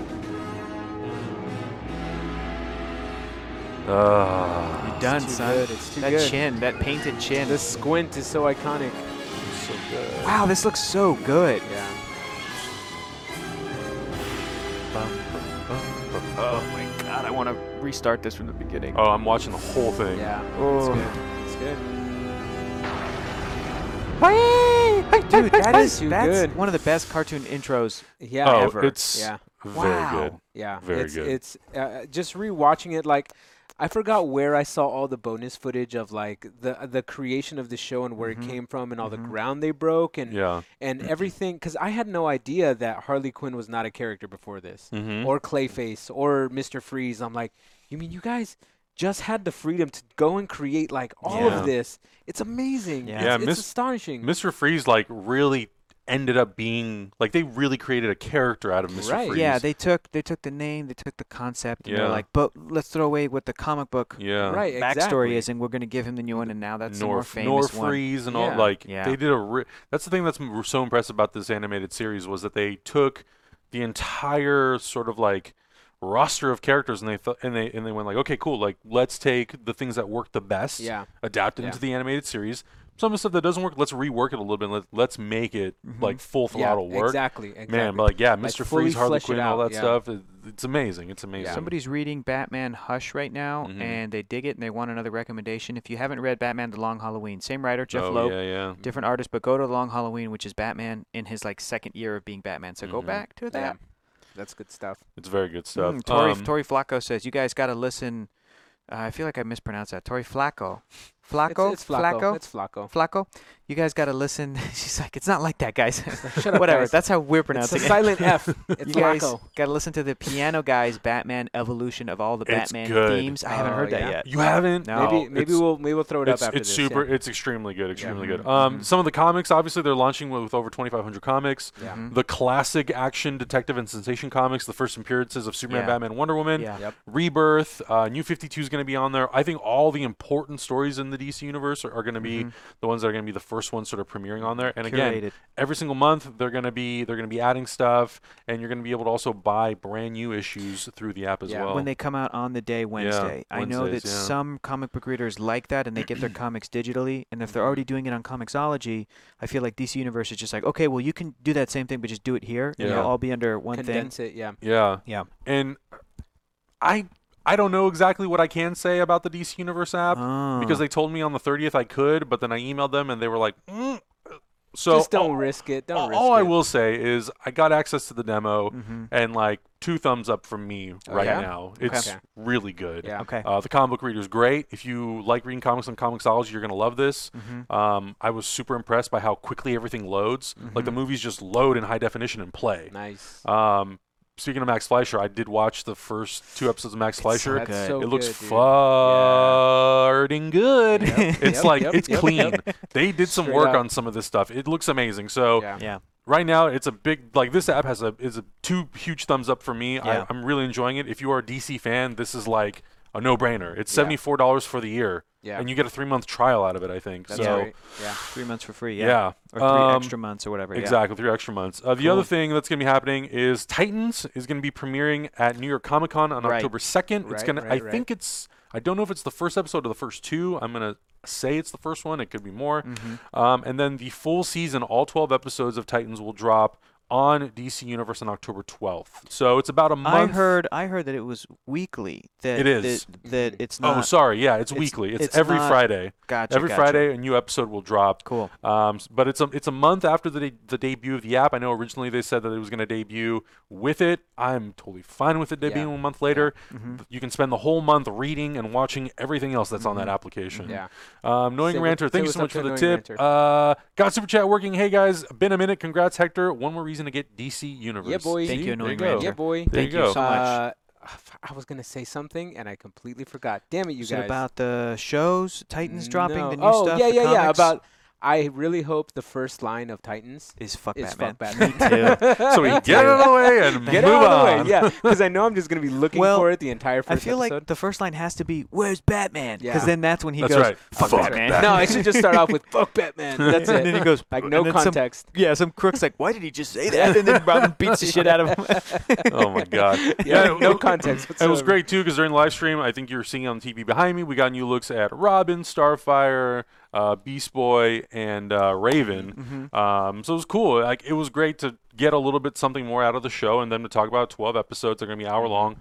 uh,
You're done,
too
son.
good, it's too
that
good.
chin, that painted chin.
The squint is so iconic.
so good.
wow, this looks so good.
Yeah.
Oh my god, I want to restart this from the beginning.
Oh, I'm watching the whole thing.
Yeah.
Oh.
It's good.
Dude, that is
Too
that's
good.
one of the best cartoon intros.
Yeah.
Oh,
Ever.
it's
Yeah.
very
Wow.
good.
Yeah,
Very
it's,
good.
It's uh, uh, just rewatching it. Like, I forgot where I saw all the bonus footage of like the the creation of the show and where
Mm-hmm.
it came from and all the ground they broke and
Yeah.
and everything. Because I had no idea that Harley Quinn was not a character before this,
Mm-hmm.
or Clayface, or Mister Freeze. I'm like, you mean you guys? Just had the freedom to go and create like all
Yeah.
of this. It's amazing.
Yeah.
It's,
Yeah,
it's
Miss-
astonishing.
Mr. Freeze like really ended up being like they really created a character out of Mr.
Right.
Freeze.
Yeah, they took they took the name, they took the concept, and
Yeah.
they're like, but let's throw away what the comic book
yeah.
right.
backstory
Exactly.
is, and we're gonna give him the new one, and now that's the more
Nor,
famous
nor
one.
freeze and
Yeah.
all like
Yeah.
they did a ri that's the thing that's m- so impressive about this animated series was that they took the entire sort of like roster of characters and they thought and they and they went like okay cool like let's take the things that work the best
Yeah.
adapt it
Yeah.
into the animated series some of the stuff that doesn't work let's rework it a little bit let, let's make it like full
Mm-hmm. yeah,
throttle work
exactly. Exactly.
man but like yeah
Like,
mr
fully
freeze harley
flesh it
quinn all
out,
that
yeah.
stuff it, it's amazing it's amazing
Somebody's reading Batman Hush right now,
Mhm.
and they dig it, and they want another recommendation. If you haven't read Batman: The Long Halloween, same writer, Jeff
oh,
Loeb,
yeah yeah
different artist, but go to The Long Halloween, which is Batman in his like second year of being Batman. So go
Mhm.
back to
Yeah.
that.
That's good stuff.
it's very good stuff
Mm, Tori,
Um,
Tori Flacco says you guys got to listen Uh, I feel like I mispronounced that. Tori Flacco. Flacco?
It's, it's Flacco.
Flacco?
It's Flacco.
Flacco? You guys got to listen. She's like, it's not like that, guys.
Shut up,
Whatever.
guys.
That's how we're
It's
pronouncing
a
it.
silent F. It's
you guys
Flacco.
got to listen to the Piano Guys Batman evolution of all the
It's
Batman
good.
themes. I haven't
Oh,
heard that
yeah.
yet.
You haven't?
No.
maybe maybe
it's-
we'll maybe we'll throw it
It's,
up after
it's
this.
super.
Yeah. Mm-hmm.
It's extremely good. Extremely good.
Mhm.
Um,
Mhm.
some of the comics. Obviously, they're launching with over 2,500 comics.
Yeah.
Mhm.
The classic action detective and sensation comics. The first appearances of Superman,
Yeah.
Batman, Wonder Woman.
Yeah.
Yep.
Rebirth, uh, New 52 is going to be on there. I think all the important stories in the DC universe are, are going to be
Mm-hmm.
Mhm.
the ones that are going to be the first ones sort of premiering on there. And again,
Curated.
every single month they're going to be they're going to be adding stuff, and you're going to be able to also buy brand new issues through the app as
Yeah,
well.
when they come out on the day Wednesday. I know that
Wednesdays, yeah.
some comic book readers like that and they get their comics digitally. And if they're already doing it on Comixology, I feel like DC Universe is just like, okay, well, you can do that same thing, but just do it here. And
Yeah.
it'll all be under one thing.
Condense it. Yeah.
yeah,
Yeah.
and I I don't know exactly what I can say about the DC Universe
Uh-huh.
app because
Oh.
they told me on the 30th I could, but then I emailed them and they were like, mm. so
Just don't
all-
risk it. Don't
all,
risk
all
it.
I will say is I got access to the demo.
Mhm.
and like two thumbs up from me right
Oh, yeah?
now. It's
Okay.
really good.
Yeah.
Okay.
Uh, the comic book reader is great. If you like reading comics on Comixology, you're gonna love this.
Mhm.
Um, I was super impressed by how quickly everything loads. Like
Mm-hmm.
the movies just load in high definition and play.
Nice.
Um, speaking of Max Fleischer, I did watch the first two episodes of Max Fleischer.
That's so
it looks
good, dude.
farting good.
Yep,
It's
yep,
like
yep,
it's
yep,
clean.
yep.
They did some
Straight
work
up.
on some of this stuff. It looks amazing. So
Yeah.
Yeah.
right now it's a big like this app has a is a two huge thumbs up for me
Yeah.
I, i'm really enjoying it if you are a dc fan this is like a no-brainer it's
Yeah.
$74 for the year
Yeah.
and you get a three-month trial out of it i think
That's
so
right. Yeah.
Three months for free. Yeah.
yeah,
Or three
Um,
extra months or whatever. yeah.
exactly three extra months uh, the
Cool.
other thing that's going to be happening is titans is going to be premiering at new york comic-con on
Right.
october 2nd it's
Right,
going to i
right, right.
think it's i don't know if it's the first episode or the first two i'm going to say it's the first one it could be more
Mhm.
um, and then the full season, all 12 episodes of Titans will drop on DC Universe on October 12th. So it's about a month.
I heard. I heard that it was weekly. That
It is.
That, that it's
Oh,
not.
sorry. Yeah, it's,
it's-
weekly. It's,
it's
every
not-
Friday.
gotcha.
Every
gotcha.
Friday, a new episode will drop.
Cool.
Um, s- but it's a it's a month after the de- the debut of the app. I know originally they said that it was going to debut with it. I'm totally fine with it
Yeah. Mm-hmm.
debuting a month later.
Mhm.
You can spend the whole month reading and watching everything else that's on that application.
Mm-hmm. Yeah.
Um, Knowing
Say what-
Ranter,
say
thank you
what's
so
up
much
to
for the
Knowing
tip. Uh,
Ranter.
got Super Chat working. Hey, guys, been a minute. Congrats, Hector. One more reason to get DC Universe.
boy.
See?
Mm-hmm. Thank you,
There
Knowing
go.
Ranter.
Yeah, boy.
There
Thank
you
you
go.
so much.
Uh, f- I was gonna say something and I completely forgot. Damn it, you
Is it
guys!
about the shows? Titans dropping the new
No. oh,
stuff.
yeah,
the
yeah, yeah.
comics?
About. I really hope the first line of Titans
is fuck
is
Batman.
"fuck Batman."
so we get it out of the way and
Get
move
out of the
on.
way, yeah, because I know I'm just gonna be looking
Well,
for it the entire
I
first
feel like
episode.
the first line has to be "Where's Batman?" Because
Yeah.
then that's when he
That's
goes,
right.
"Fuck,
Fuck
Batman."
no, I should just start off with "fuck Batman." That's
and then
it,
he goes
like
and
no
then some-
context.
yeah, some crooks like, "Why did he just say that?" And then Robin beats the shit out of him.
Oh my god.
Yeah,
Yeah,
no
it-
context.
It was
whatsoever.
great too because during the live stream, I think you were seeing on TV behind me. We got new looks at Robin, Starfire, uh, Beast Boy, and uh,
Mm-hmm.
Raven. Um, so it was cool. Like it was great to get a little bit something more out of the show, and then to talk about 12 episodes. They're going to be hour
Mm-hmm.
long.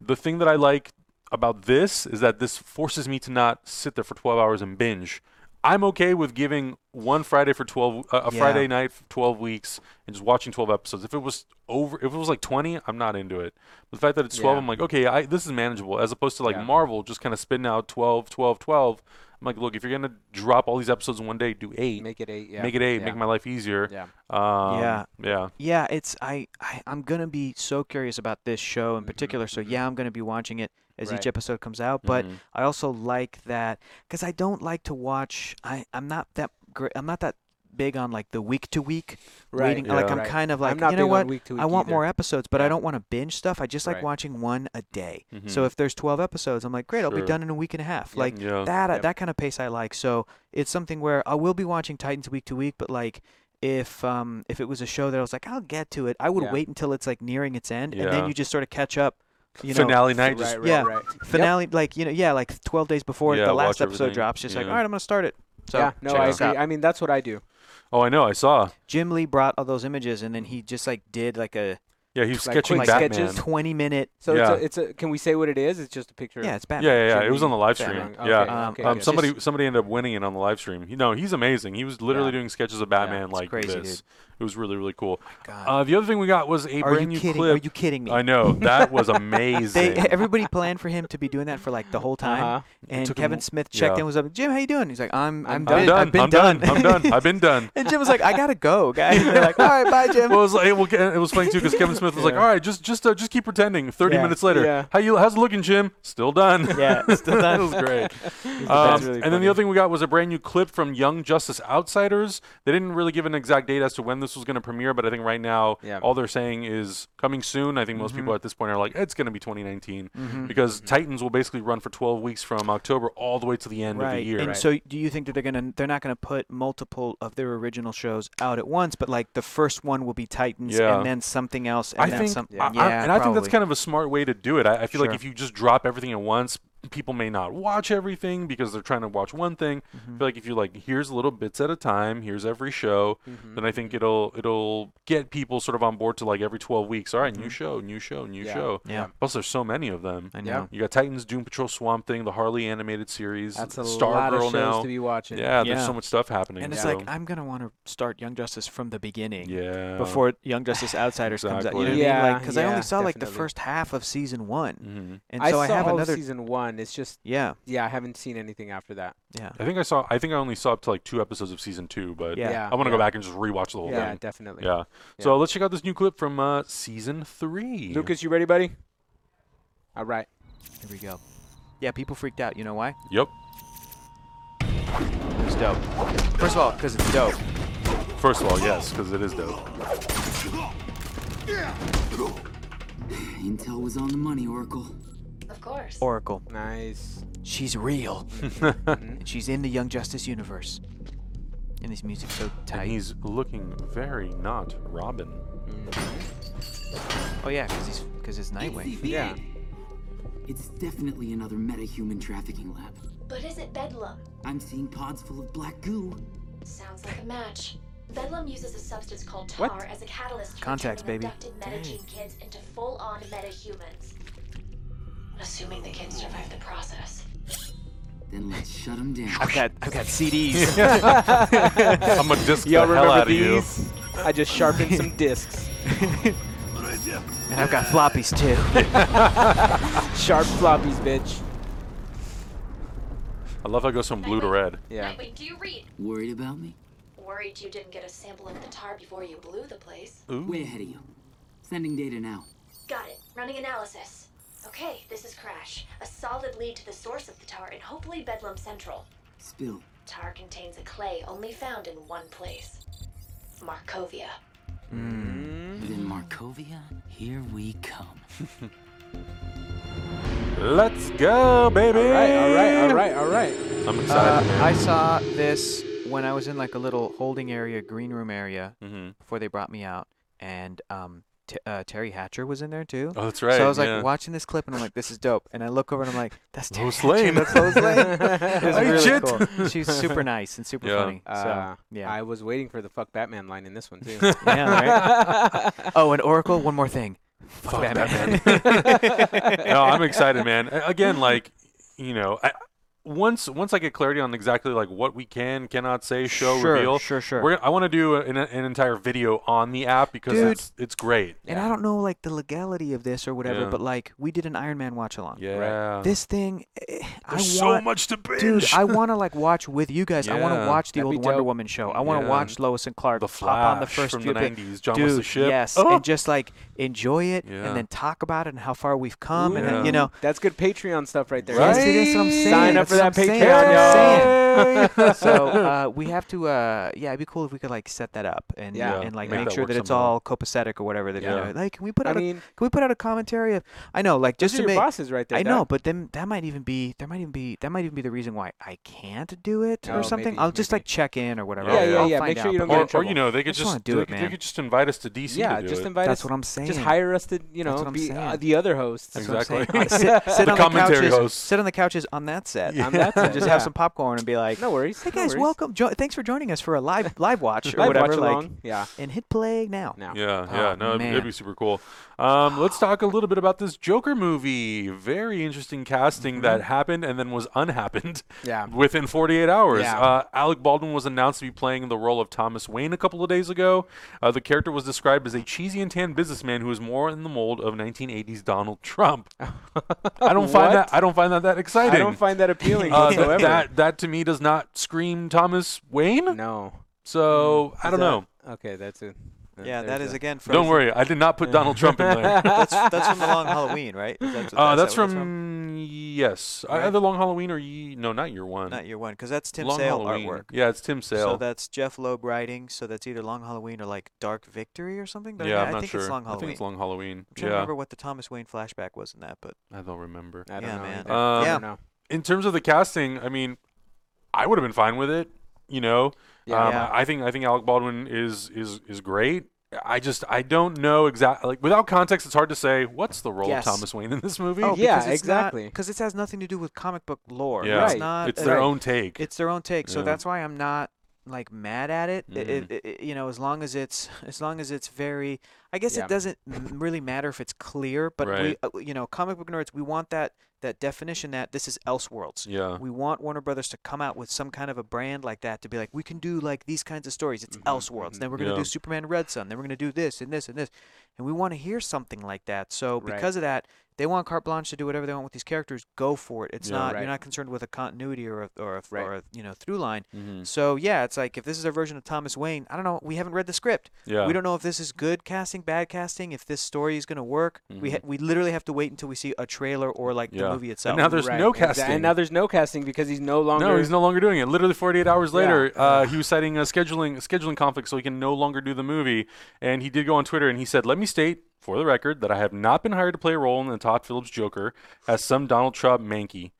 The thing that I like about this is that this forces me to not sit there for 12 hours and binge. I'm okay with giving one Friday for 12 uh, a
Yeah.
Friday night for 12 weeks and just watching 12 episodes. If it was over if it was like 20, I'm not into it. But the fact that it's 12,
Yeah.
I'm like, okay, I, this is manageable as opposed to like
Yeah.
Marvel just kind of spitting out 12, 12, 12. I'm like, look, if you're going to drop all these episodes in one day, do 8. Make,
Make it eight. Yeah.
it 8,
Yeah.
make my life easier.
Yeah.
Um,
Yeah.
Yeah.
yeah, it's I, I I'm gonna be so curious about this show in particular. So yeah, I'm gonna be watching it as each
Mm-hmm, Right. Mm-hmm.
episode comes out. But
Mhm.
I also like that because I don't like to watch. I I'm not that great. I'm not that big on like the week to week
Right,
reading. Like
yeah.
I'm
right.
kind of like
I'm not
you know
big on
what
week-to-week
I want
either.
more episodes, but I
Yeah.
don't want to binge stuff. I just like
Right. Hmm.
watching one a day. So
Mhm.
if there's 12 episodes, I'm like great. I'll be
Sure.
done in a week and a half.
Yep.
Like
Oh, Yeah.
that uh,
Yep.
that kind of pace I like. So it's something where I will be watching Titans week to week, but like if um if it was a show that I was like I'll get to it, I would
Yeah.
wait until it's like nearing its end, and
Yeah.
then you just sort of catch up. You know,
Finale night
Right,
just
right,
yeah.
right.
finale like you know yeah like 12 days before
Yeah,
the
watch
last episode
everything.
drops, just like
Yeah.
all right, I'm gonna start it. So
yeah, no,
check
I
this
agree. I mean, that's what I do.
Oh, I know. I saw.
Jim Lee brought all those images, and then he just like did like a
Yeah, he's
Like
sketching
quick
Batman.
sketches?
twenty minute.
So
Yeah.
it's, a, it's a. Can we say what it is? It's just a picture.
Yeah, it's Batman.
Yeah, yeah, yeah. It
Should
was
we-
on the live
Batman.
stream.
Okay,
Yeah.
okay,
um,
gotcha.
somebody somebody ended up winning it on the live stream. You know, he's amazing. He was literally
Yeah.
doing sketches of Batman
it's
like
crazy,
this.
dude.
It was really really cool.
God.
Uh, the other thing we got was a
Are
brand
you
new
kidding?
clip.
Are you kidding me?
I know that was
They,
amazing.
everybody planned for him to be doing that for like the whole time,
Uh-huh.
and
took him
Kevin
w-
Smith checked
yeah.
in, was like, "Jim, how you doing?" He's like, "I'm, I'm,
I'm
I'm
been-
done.
I've been
I'm done. I'm done. I've been done.
and Jim was like, "I gotta go, guys." They're like, "All right, bye, Jim."
Well, it was, like, well, it was funny too because Kevin Smith was like,
Yeah.
"All right, just just uh, just keep pretending." Thirty
Yeah.
minutes later,
Yeah.
how you how's it looking, Jim? Still done.
yeah, still
that
done.
was great.
That's
Um,
really
and then
funny.
the other thing we got was a brand new clip from Young Justice Outsiders. They didn't really give an exact date as to when this was going to premiere, but I think right now
Yeah. Mm-hmm.
all they're saying is coming soon. I think most people at this point are like, it's going to be 2019 because Titans will basically run for 12 weeks from October all the way to the end of the year.
And so, do you think that they're gonna they're not gonna put multiple of their original shows out at once, but like the first one will be Titans,
Yeah.
and then something else, and
I
then
think,
something.
I- I-
yeah,
and I think that's
probably.
kind of a smart way to do it. I, I feel
Sure.
like if you just drop everything at once, people may not watch everything because they're trying to watch one thing. I feel like if you like, here's little bits at a time, here's every show, then I think it'll it'll get people sort of on board to like every 12 weeks. All right, new show, new show, new
Yeah.
show.
Yeah.
Plus, there's so many of them.
I
Yeah.
know.
You got Titans, Doom Patrol, Swamp Thing, the Harley animated series,
That's a
Star
lot
Girl
of shows
now.
to be watching.
yeah, there's
Yeah.
so much stuff happening.
And it's
so-
like I'm gonna want to start Young Justice from the beginning.
yeah,
Before Young Justice Outsiders comes out, you know what I
Exactly.
mean?
Yeah,
Like, because I only
yeah,
saw like the
definitely.
first half of season one,
Mhm.
and
I
so
saw
I have
all of
another.
season one. It's just
Yeah,
yeah, I haven't seen anything after that.
yeah.
I think I saw. I think I only saw up to like two episodes of season two, but
Yeah.
yeah
I want to
yeah.
go back and just rewatch the whole
Yeah,
thing.
definitely.
Yeah. So let's check out this new clip from uh, season three.
Lucas, you ready, buddy? All right.
Here we go. Yeah, people freaked out. You know why?
Yep.
It was dope. First of all, because it's dope.
First of all, yes, because it is dope.
Intel was on the money, Oracle.
Of course.
Oracle.
Nice.
She's real. and she's in the Young Justice universe. And this music's so
And
tight.
he's looking very not Robin.
Oh yeah, because he's because it's Nightwing.
Yeah.
It's definitely another metahuman trafficking lab.
But is it Bedlam?
I'm seeing pods full of black goo.
Sounds like a match. Bedlam uses a substance called tar
What?
as a catalyst for
Contacts,
turning
baby.
abducted metagene kids into full-on metahumans. Assuming the kids survive the process.
Then let's shut them down.
I've got I've got CDs.
I'm gonna disc
Y'all
the hell
remember
out of
these? I just sharpened some discs.
and I've got floppies too.
Sharp floppies, bitch.
you. I love how it goes from blue to red.
Yeah.
Nightwing, do you read?
Worried about me?
Worried you didn't get a sample of the tar before you blew the place.
Way ahead of you. Sending data now.
Got it. Running analysis. Okay, this is Crash. A solid lead to the source of the tar and hopefully Bedlam Central.
Spill.
Tar contains a clay only found in one place. Markovia.
Then Markovia, here we come.
Let's go, baby.
All right. All right. All right. All right.
I'm
Uh,
excited.
I saw this when I was in like a little holding area, green room area,
Mm-hmm.
before they brought me out, and um, t- uh, Terry Hatcher was in there too.
Oh, that's
So
right,
I was like
yeah.
watching this clip, and I'm like, "This is dope." And I look over, and I'm like, "That's Terry
Lois
Hatcher,
Lane.
That's Lois Lane. it was
Hey,
really
shit.
cool. She was super nice and super
Yeah.
funny. So
Uh,
yeah,
I was waiting for the fuck Batman line in this one too.
yeah, right? oh, and Oracle. One more thing.
Fuck Batman. no, I'm excited, man. A- Again, like you know, I, once once I get clarity on exactly like what we can, cannot say, show,
Sure,
reveal.
sure, sure.
We're, I want to do an, an entire video on the app because
Dude.
it's it's great.
And I don't know like the legality of this or whatever,
Yeah.
but like we did an Iron Man watch along.
Yeah.
This thing, eh, I
There's so
want,
much to binge.
dude, I want to like watch with you guys. I want
Yeah.
to watch the
That'd be
old Wonder
dope.
Woman show. I want to
Yeah.
watch Lois and Clark
The
hop on the
Flash
first
from
few
the
bit-
90s, John
dude,
was the ship.
Yes,
Oh!
and just like enjoy it
Yeah.
and then talk about it and how far we've come Um, and
Ooh.
then, you know.
That's good Patreon stuff right there.
Right?
Yes, it is what I'm saying.
Sign up
That's
for
what
that
I'm
Patreon,
saying, that's what I'm saying.
Yay!
so uh, we have to uh, yeah it'd be cool if we could like set that up and
Yeah.
and like
Make
make
that
sure
work
that it's
somehow.
all copacetic or whatever that
Yeah.
you know, like can we put
I
out a,
mean-
can we put out a commentary of I know like just
Those
to
are your
make
bosses right there.
I know
Doc.
but then that might even be there might even be that might even be the reason why I can't do it
Oh,
or something
maybe,
I'll just
maybe.
like check in or whatever
Yeah,
I'll-
yeah,
I'll
yeah,
find
make sure
out,
you don't
but
get
or,
in
or
trouble.
you know, they
I
could
just
just,
wanna do
they
it,
could- They
man.
could just invite us to DC.
yeah,
to do
just
it.
invite
That's
us.
what I'm saying
Just hire us to you know
what I'm
be uh,
saying.
the other hosts.
That's
That's what I'm saying.
Exactly.
Uh, sit, sit
The
on
commentary
the couches,
host.
sit on the couches on that set
I'm that
and just
yeah.
have some popcorn and be like,
No worries.
Hey
no
guys,
worries.
welcome. Jo- thanks for joining us for a live live watch or
Live
whatever.
watch
like,
along. Yeah.
and hit play now.
Now.
Yeah, yeah,
Oh,
no, it'd,
man.
it'd be super cool. Um, let's talk a little bit about this Joker movie. Very interesting casting
Mm-hmm.
that happened and then was unhappened
Yeah.
within 48 hours.
Yeah.
Uh, Alec Baldwin was announced to be playing the role of Thomas Wayne a couple of days ago. Uh, the character was described as a cheesy and tan businessman who is more in the mold of 1980s Donald Trump. I don't find that I don't find that that exciting.
I don't find that appealing
uh, th-
whatsoever.
that that to me does not scream Thomas Wayne.
no.
So I
Is
don't
that-
know.
Okay, that's uh, it.
Yeah, that is again. Mm. From
Don't worry, I did not put Donald Trump in there.
That's, that's from the long Halloween, right? Is
Uh,
Oh,
that- is that
that's
what
from, yes,
Right.
Uh either Long Halloween or ye- no, not year one.
Not year one, because that's Tim
Long
Sale
Halloween.
artwork.
Yeah, it's Tim Sale.
So that's Jeff Loeb writing. So that's either Long Halloween or like Dark Victory or something. But
yeah,
I,
I'm
I
not
think
sure.
it's Long
I
Halloween.
think it's Long Halloween.
I'm trying to
Yeah,
remember what the Thomas Wayne flashback was in that, but
I don't remember.
I don't
Yeah,
know.
man.
either.
Um,
I
Yeah.
don't know.
In terms of the casting, I mean, I would have been fine with it. You know,
Yeah.
um,
Yeah.
I think I think Alec Baldwin is is is great. I just I don't know exactly like without context, it's hard to say what's the role
Yes.
of Thomas Wayne in this movie.
Oh, yeah, exactly.
Because it has nothing to do with comic book lore.
yeah,
It's
Right.
not.
it's
uh,
their
right.
own take.
It's their own take.
Yeah.
So
Mm-hmm.
that's why I'm not like mad at it. I- I- I- You know, as long as it's as long as it's very. I guess
Yeah.
it doesn't m- really matter if it's clear. But we,
Right.
uh, you know, comic book nerds, we want that that definition that this is Elseworlds.
yeah,
We want Warner Brothers to come out with some kind of a brand like that to be like, we can do like these kinds of stories. It's Elseworlds. Then we're going to
Mm-hmm. Yeah.
do Superman Red Sun. Then we're going to do this and this and this. And we want to hear something like that. So
Right.
because of that, they want carte blanche to do whatever they want with these characters. Go for it. It's
Yeah.
not
Right.
you're not concerned with a continuity or a, or a,
Right.
or a you know through line.
Mm-hmm.
So yeah, it's like if this is our version of Thomas Wayne, I don't know. We haven't read the script.
Yeah.
We don't know if this is good casting, bad casting, if this story is going to work. We ha- we literally have to wait until we see a trailer or like
Mm-hmm. Yeah.
the movie
And
itself.
now there's
Right,
no
exact-
casting.
And now there's no casting because he's no longer.
No, he's no longer doing it. Literally 48 hours later, uh, he was citing a scheduling a scheduling conflict, so he can no longer do the movie. And he did go on Twitter and he said, "Let me state." For the record, that I have not been hired to play a role in the Todd Phillips Joker as some Donald Trump manky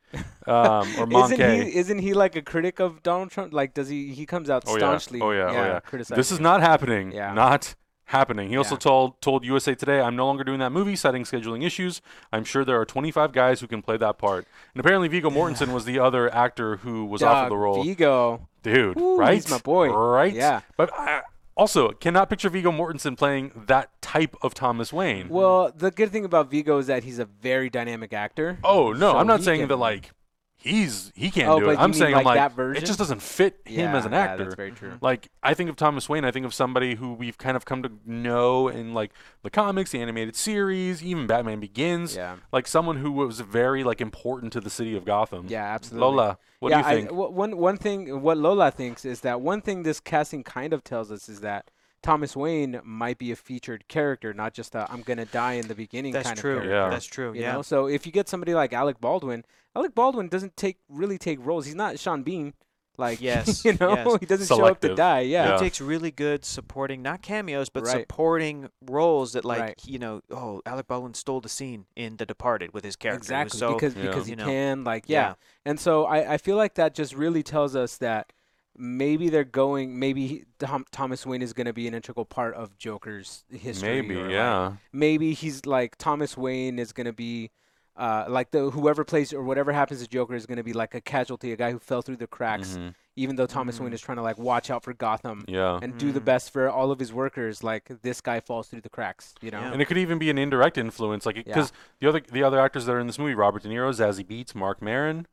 um, or
Isn't
monkey.
he, isn't he like a critic of Donald Trump? Like, does he? He comes out
Oh yeah.
staunchly.
oh yeah, oh yeah.
Criticizing.
This is not happening.
Yeah.
Not happening. He also
Yeah.
told told USA Today, "I'm no longer doing that movie, citing scheduling issues. I'm sure there are 25 guys who can play that part." And apparently, Vigo Mortensen was the other actor who was offered the role.
Vigo.
dude,
Ooh,
right?
he's my boy.
right?
Yeah.
But I also cannot picture Vigo Mortensen playing that type of Thomas Wayne.
Well, the good thing about Vigo is that he's a very dynamic actor.
oh no,
so
I'm not
he
saying
can-
that like he's he can't
Oh,
do
but
it.
you
I'm
mean,
saying I'm
like,
like
that version?
it just doesn't fit him
Yeah,
as an
yeah,
actor.
that's very true.
Like I think of Thomas Wayne, I think of somebody who we've kind of come to know in like the comics, the animated series, even Batman Begins.
Yeah.
Like someone who was very like important to the city of Gotham.
Yeah, absolutely.
Lola, what
yeah,
do you think?
I, wh- one one thing what Lola thinks is that one thing this casting kind of tells us is that Thomas Wayne might be a featured character, not just i I'm gonna die in the beginning
That's
kind
true.
of character.
Yeah.
That's true.
You
yeah.
know, so if you get somebody like Alec Baldwin, Alec Baldwin doesn't take really take roles. He's not Sean Bean. Like
Yes,
you know,
yes.
he doesn't show up to
Selective.
die. Yeah.
Yeah.
He takes really good supporting, not cameos, but
Right.
supporting roles that, like,
Right.
you know, oh, Alec Baldwin stole the scene in The Departed with his character. It was
Exactly,
so-
because
Yeah.
because he
you know,
can, like, yeah.
yeah.
And so I, I feel like that just really tells us that maybe they're going, maybe he- Thom- Thomas Wayne is going to be an integral part of Joker's history.
Maybe,
or, like,
yeah.
maybe he's like Thomas Wayne is going to be. Uh, like the whoever plays or whatever happens to Joker is going to be like a casualty, a guy who fell through the cracks. Even though Thomas
Mm-hmm.
Wayne is trying to like watch out for Gotham
Mm-hmm. Yeah.
and do the best for all of his workers, like this guy falls through the cracks, you know?
Yeah.
and it could even be an indirect influence, like because the other the other actors that are in this movie, Robert De Niro, Zazie Beats, Mark Maron.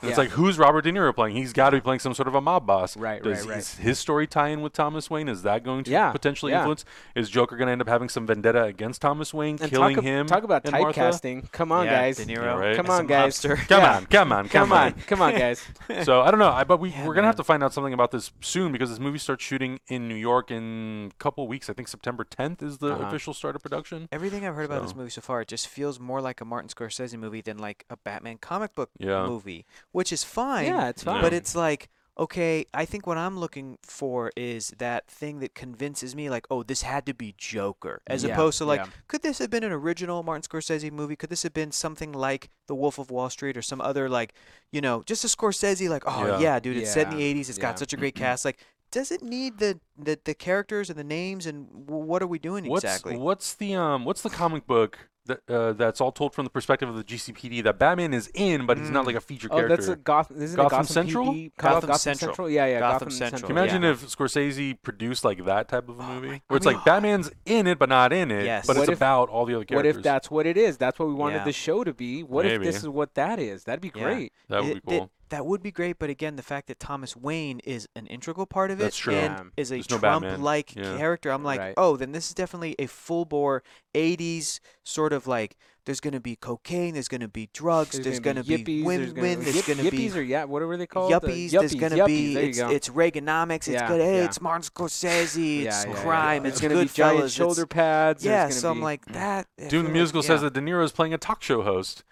And It's
Yeah.
like who's Robert De Niro playing? He's got to be playing some sort of a mob boss.
Right,
Does
right, right.
his- His story tie in with Thomas Wayne? Is that going to
Yeah,
potentially
yeah.
influence? Is Joker going to end up having some vendetta against Thomas Wayne,
And
killing
talk, ab-
him?
talk about
and Martha?
typecasting. Come on,
yeah,
guys.
De Niro.
right.
Come
and
on,
some
guys.
Mobster.
Come
Yeah.
on, come on, come,
Come on, come on, guys.
so I don't know, I, but we,
Yeah,
we're gonna have
man.
to find out something about this soon because this movie starts shooting in New York in a couple weeks. I think September 10th is the
Uh-huh.
official start of production.
Everything I've heard about this
So-
movie so far, it just feels more like a Martin Scorsese movie than like a Batman comic book
Yeah.
movie, which is fine.
Yeah, it's
Yeah.
fine.
But it's like, okay, I think what I'm looking for is that thing that convinces me, like, oh, this had to be Joker, as
Yeah,
opposed to like,
yeah.
could this have been an original Martin Scorsese movie? Could this have been something like The Wolf of Wall Street or some other like, you know, just a Scorsese, like, oh
Yeah.
yeah, dude, it's set in the
Yeah,
'80s, it's
yeah.
got such a great cast, like. Does it need the, the, the characters and the names and w- what are we doing
What's
exactly?
what's the um what's the comic book that, uh, that's all told from the perspective of the GCPD that Batman is in, but he's not
Mm.
like a feature
Oh,
character.
that's a Gotham. Isn't
Gotham
it Gotham
Central?
PD? Call it
Gotham
Gotham
Central.
Yeah, yeah.
Gotham
Gotham,
Central.
Can you imagine
Yeah.
if Scorsese produced like that type of a movie, where
I
it's
mean-
like Batman's in it but not in it,
Yes.
but
What
it's
if-
about all the other
What
characters.
if that's what it is? That's what we wanted
Yeah.
the show to be. What if
Maybe.
this is what that is? That'd be
Yeah.
great.
that would
It-
be cool.
that would be great, but again, the fact that Thomas Wayne is an integral part of it
That's true.
Yeah.
and is a
There's no Batman.
Trump-like
Yeah.
character, I'm like,
Right.
oh, then this is definitely a full-bore '80s sort of like. There's gonna be cocaine. There's gonna be drugs. There's, gonna, be
yippies, there's
women.
gonna-
There's
yip-
gonna be
yippies or yeah, what were they called? The
yuppies. There's gonna
yuppies,
be
There you
it's,
go.
it's Reaganomics. It's
Yeah,
good. Hey,
yeah.
it's Martin Scorsese.
Yeah,
it's
yeah, yeah, yeah.
crime.
There's
It's
gonna
good
be giant shoulder pads. there's
Yeah.
gonna
So I'm
be-
like that. I
Doing Mm.
feel
the
like-
musical says
yeah.
that De Niro is playing a talk show host.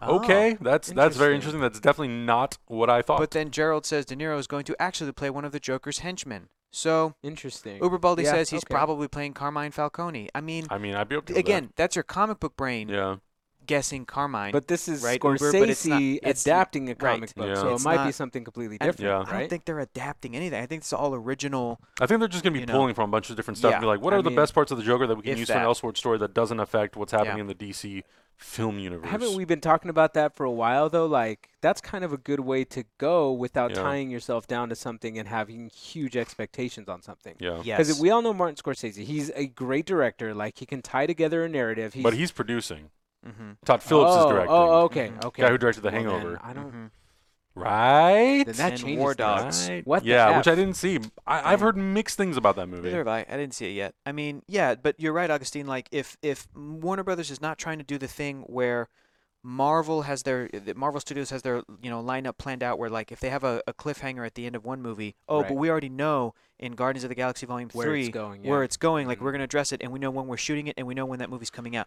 Oh,
okay, that's that's very
interesting.
interesting. That's definitely not what I thought.
But then Gerald says De Niro is going to actually play one of the Joker's henchmen. So
interesting.
Uber Baldi
Yeah,
says he's
okay.
probably playing Carmine Falcone. I mean,
I mean, I'd be okay. with
again, that's your comic book brain
that. yeah,
guessing Carmine.
But this is
right, Uber,
Scorsese
but it's not- it's-
adapting a
right.
comic book,
Yeah.
so
It's
it might be
not-
something completely
I-
different,
Yeah.
I don't
right?
think they're adapting anything. I think it's all original.
I think they're just gonna be
you know.
pulling from a bunch of different stuff. and be
Yeah,
like, what
I
are the
mean,
best parts of the Joker that we can
if
use for an
that.
Elseworld story that doesn't affect what's happening
Yeah.
in the DC film universe?
Haven't we been talking about that for a while though? Like that's kind of a good way to go without
Yeah.
tying yourself down to something and having huge expectations on something.
Yeah.
Because
Yes.
we all know Martin Scorsese, he's a great director. Like he can tie together a narrative. He's,
But he's producing.
mm-hmm.
Todd Phillips
oh,
is directing.
Oh, okay,
Mhm.
okay.
Guy who directed The
Well, then,
Hangover.
I
Mm-hmm.
don't.
Right?
Then that
And
changes
War
things.
Dogs.
Right?
What the
yeah, which I
F?
didn't see. I, I've
Yeah.
heard mixed things about that movie.
Neither have I. I didn't see it yet. I mean, yeah, but you're right, Augustine. Like, if if Warner Brothers is not trying to do the thing where Marvel has their that Marvel Studios has their you know lineup planned out, where like if they have a, a cliffhanger at the end of one movie, oh, but
Right.
we already know in Guardians of the Galaxy Volume
Where
Three
it's going,
where
yeah.
it's going, like
Mhm.
we're gonna address it, and we know when we're shooting it, and we know when that movie's coming out,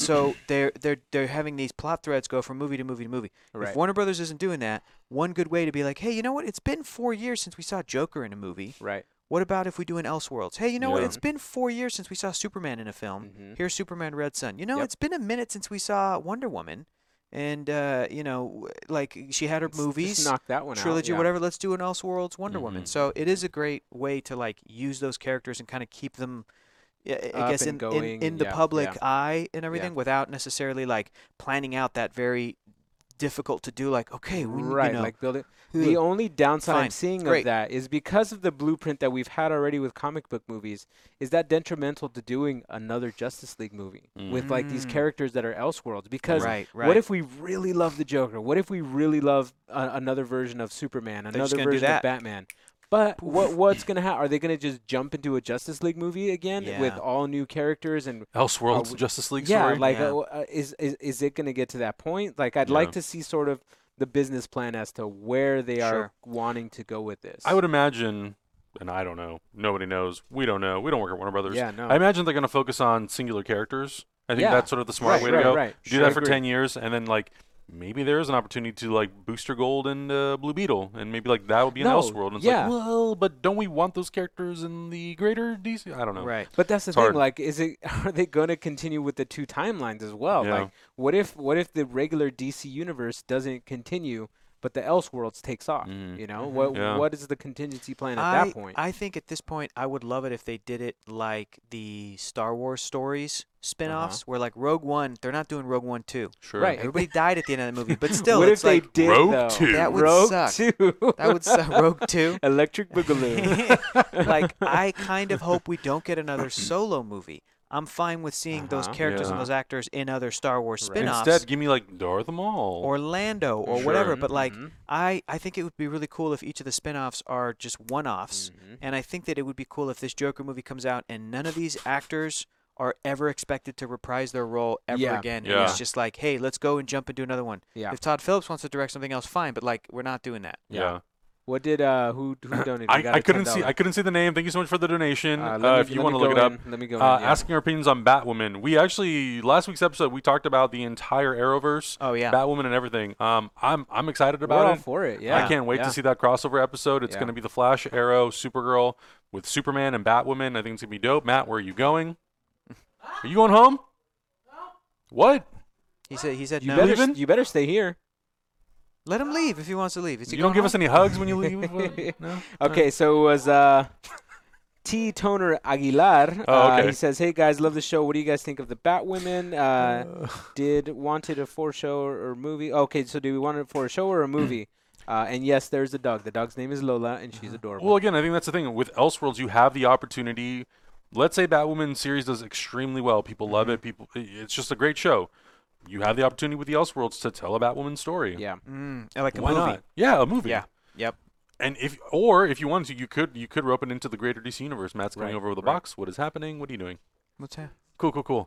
so they're they're they're having these plot threads go from movie to movie to movie. If
Right.
Warner Brothers isn't doing that, one good way to be like, hey, you know what? It's been four years since we saw Joker in a movie.
Right.
What about if we do an Elseworlds? Hey, you know what?
Yeah.
It's been four years since we saw Superman in a film.
Mhm.
Here's Superman Red Sun. You know,
Yep.
it's been a minute since we saw Wonder Woman. And, uh, you know, w- like she had her
Let's just
movies,
knock that one out,
trilogy,
yeah. Mm-hmm.
whatever. Let's do an Elseworlds Wonder Woman.
Mhm.
So it is a great way to, like, use those characters and kind of keep them, I- I- I
Up
guess,
and
in, in,
going,
in the
yeah,
public
yeah.
eye and everything without necessarily, like, planning out that very difficult to do, like, okay, we n- you
Right,
know,
like building.
Ugh.
The only downside
Fine.
I'm seeing
Great.
of that is because of the blueprint that we've had already with comic book movies. Is that detrimental to doing another Justice League movie with like these
Mm.
characters that are Elseworlds? Because
Right, right.
what if we really love the Joker? What if we really love uh, another version of Superman?
just
Another
gonna do
version
that.
of Batman? But what what's gonna happen? Are they gonna just jump into a Justice League movie again with
Yeah.
all new characters and
Elseworlds
Uh, we-
Justice League
yeah,
story.
like
Yeah.
uh, w- uh, is, is is it going to get to that point? Like, I'd
Yeah.
like to see sort of the business plan as to where they
Sure.
are wanting to go with this.
I would imagine, and I don't know. Nobody knows. We don't know. We don't work at Warner Brothers.
Yeah, no.
I imagine they're going to focus on singular characters. I think
Yeah.
that's sort of the smart
Right,
way to
right,
go.
right.
Do
Sure,
that for
agree.
10 years, and then, like, maybe there is an opportunity to, like, Booster Gold and uh, Blue Beetle, and maybe, like, that would be an
No,
Elseworld. And it's
yeah.
like, well, but don't we want those characters in the greater DC? I don't know.
right.
But that's the
It's
thing.
hard.
Like, is it are they going to continue with the two timelines as well?
Yeah.
Like, what if what if the regular DC universe doesn't continue, but the Elseworlds takes off?
Mhm.
You know, what
Yeah.
what is the contingency plan at
Mm-hmm. I,
that point?
I think at this point, I would love it if they did it like the Star Wars stories
Uh-huh.
spin offs, where like Rogue One, they're not doing Rogue One 2.
Sure.
Right.
Everybody died at the end of the movie, but still,
what
it's
if they
like,
did
Rogue
though?
Two.
That would
Rogue
suck.
Two.
that would suck. Rogue 2.
Electric Boogaloo.
like, I kind of hope we don't get another solo movie. I'm fine with seeing those
Uh-huh.
characters and
Yeah.
those actors in other Star Wars
Right.
spin offs.
Instead, give me, like, Darth Maul.
Orlando or
Sure. Mm-hmm.
whatever. But like,
Mhm.
I I think it would be really cool if each of the spin-offs are just one-offs,
Mm-hmm.
Mhm.
and I think that it would be cool if this Joker movie comes out and none of these actors are ever expected to reprise their role ever
Yeah.
again. And
Yeah.
it's just like, hey, let's go and jump into another one.
Yeah.
If Todd Phillips wants to direct something else, fine. But like, we're not doing that.
yeah.
What did uh who who donated? We
I,
got
I
a
couldn't see.
$10.
I couldn't see the name. Thank you so much for the donation.
Uh,
Uh,
let me-
if you
let
want to
me
look it
go
up,
in. Let me go
uh,
in, yeah.
Asking our opinions on Batwoman. We actually last week's episode we talked about the entire Arrowverse.
Oh, yeah.
Batwoman and everything. Um, I'm I'm excited
We're
about
all
it.
for it. Yeah,
I can't wait
yeah.
to see that crossover episode. It's
Yeah.
going to be the Flash, Arrow, Supergirl with Superman and Batwoman. I think it's gonna be dope. Matt, where are you going? Are you going home? What?
He said. He said
You
no.
better,
leaving?
you better stay here.
Let him leave if he wants to leave. Is he
You don't
going
give us
home?
any hugs when you leave. no.
Okay, so it was uh, T. Toner Aguilar.
Oh,
uh,
okay.
he says, "Hey guys, love the show. What do you guys think of the Batwomen? Uh, did wanted a for show or, or movie? Okay, so do we want it for a show or a movie? uh, and yes, there's a dog. The dog's name is Lola, and she's adorable.
Mm-hmm. Well, again, I think that's the thing with Elseworlds. You have the opportunity. Let's say Batwoman series does extremely well. People
Mm-hmm.
love it. People, i- it's just a great show. You have the opportunity with the Elseworlds to tell a Batwoman story.
yeah,
Mm, I like a
why
movie.
not? Yeah, a movie.
Yeah. Yep.
and if or if you wanted to, you could you could rope it into the greater DC universe. Matt's going
Right,
over with a
right.
box. What is happening? What are you doing?
What's that?
Cool, cool, cool.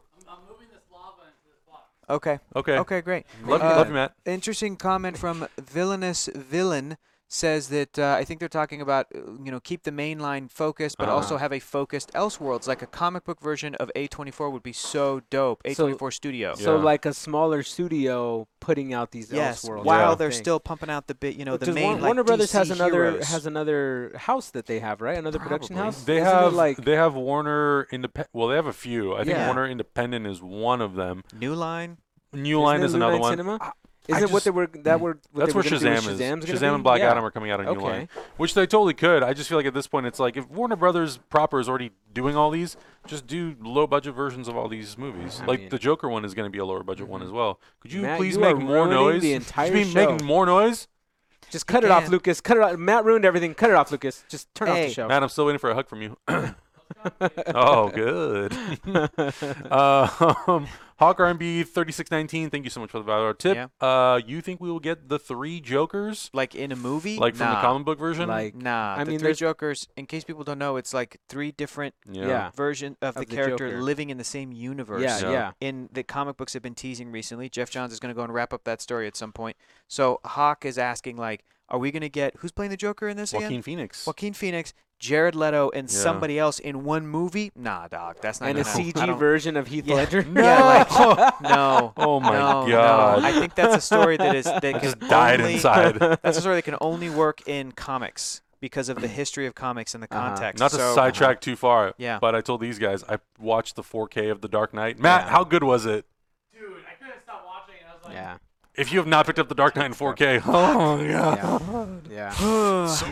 Okay.
Okay.
Okay, great.
Love you,
Uh,
love you, Matt.
Interesting comment from Villainous Villain says that uh, I think they're talking about uh, you know keep the main line focused, but also
Uh-huh.
have a focused Elseworlds, like a comic book version of A24 would be so dope.
So-
A24 Studio.
So
Yeah.
like a smaller studio putting out these
Yes,
Elseworlds
while
Yeah.
they're
thing.
still pumping out the bit, you know, the
Does
main
Warner,
like,
Warner Brothers has
DC
another
heroes.
has another house that they have, right? Another production
Probably.
house.
They
Isn't it
have
like
they have Warner Independent. Well, they have a few. I think
Yeah.
Warner Independent is one of them.
New Line.
New
isn't
Line
it
is
Lou
another
Nine
one.
Cinema?
I-
Isn't
I
it what
just-
they were that were what
That's
they were
where
gonna do
Shazam
with
is.
Shazam's gonna
Shazam
be?
and Black
Yeah.
Adam are coming out on New
Okay.
Line, which they totally could. I just feel like at this point, it's like if Warner Brothers proper is already doing all these, just do low budget versions of all these movies.
I
like
mean- Mm-hmm.
the Joker one is going to be a lower budget one as well. Could you
Matt,
please
you
make
are
more
ruining
noise?
the entire
you mean
show.
making more noise?
Just cut it off,
can't.
Lucas. Cut it off. Matt ruined everything. Cut it off, Lucas. Just turn off
Hey.
the show.
Matt, I'm still waiting for a hug from you. oh, good. uh, um, Hawk RMB 3619, thank you so much for the $5 tip. Uh, you think we will get the three Jokers,
Like in a movie?
like from the
Nah.
comic book version?
Like,
Nah,
I
the
mean,
three
there's-
Jokers. In case people don't know, it's like three different uh,
yeah.
version of, the,
Of the
character
Joker.
living in the same universe.
Yeah,
Yeah.
yeah.
In the comic books have been teasing recently. Jeff Johns is going to go and wrap up that story at some point. So Hawk is asking, like, are we going to get who's playing the Joker in this
Joaquin
again?
Phoenix.
Joaquin Phoenix, Jared Leto, and
Yeah.
somebody else in one movie? Nah, dog, that's not.
And a
gonna happen. I
CG
don't-
version of Heath
Yeah.
Ledger.
Yeah, like, no.
Oh my
no, no.
God.
I think that's a story that is that
I
can
just died
only-
inside.
That's a story that can only work in comics because of the history of comics and the
Uh-huh.
context.
Not to
so,
sidetrack too far,
Yeah.
but I told these guys I watched the 4K of The Dark Knight. Matt,
Yeah.
how good was it?
yeah.
If you have not picked up The Dark Knight in 4K, oh my god.
Yeah.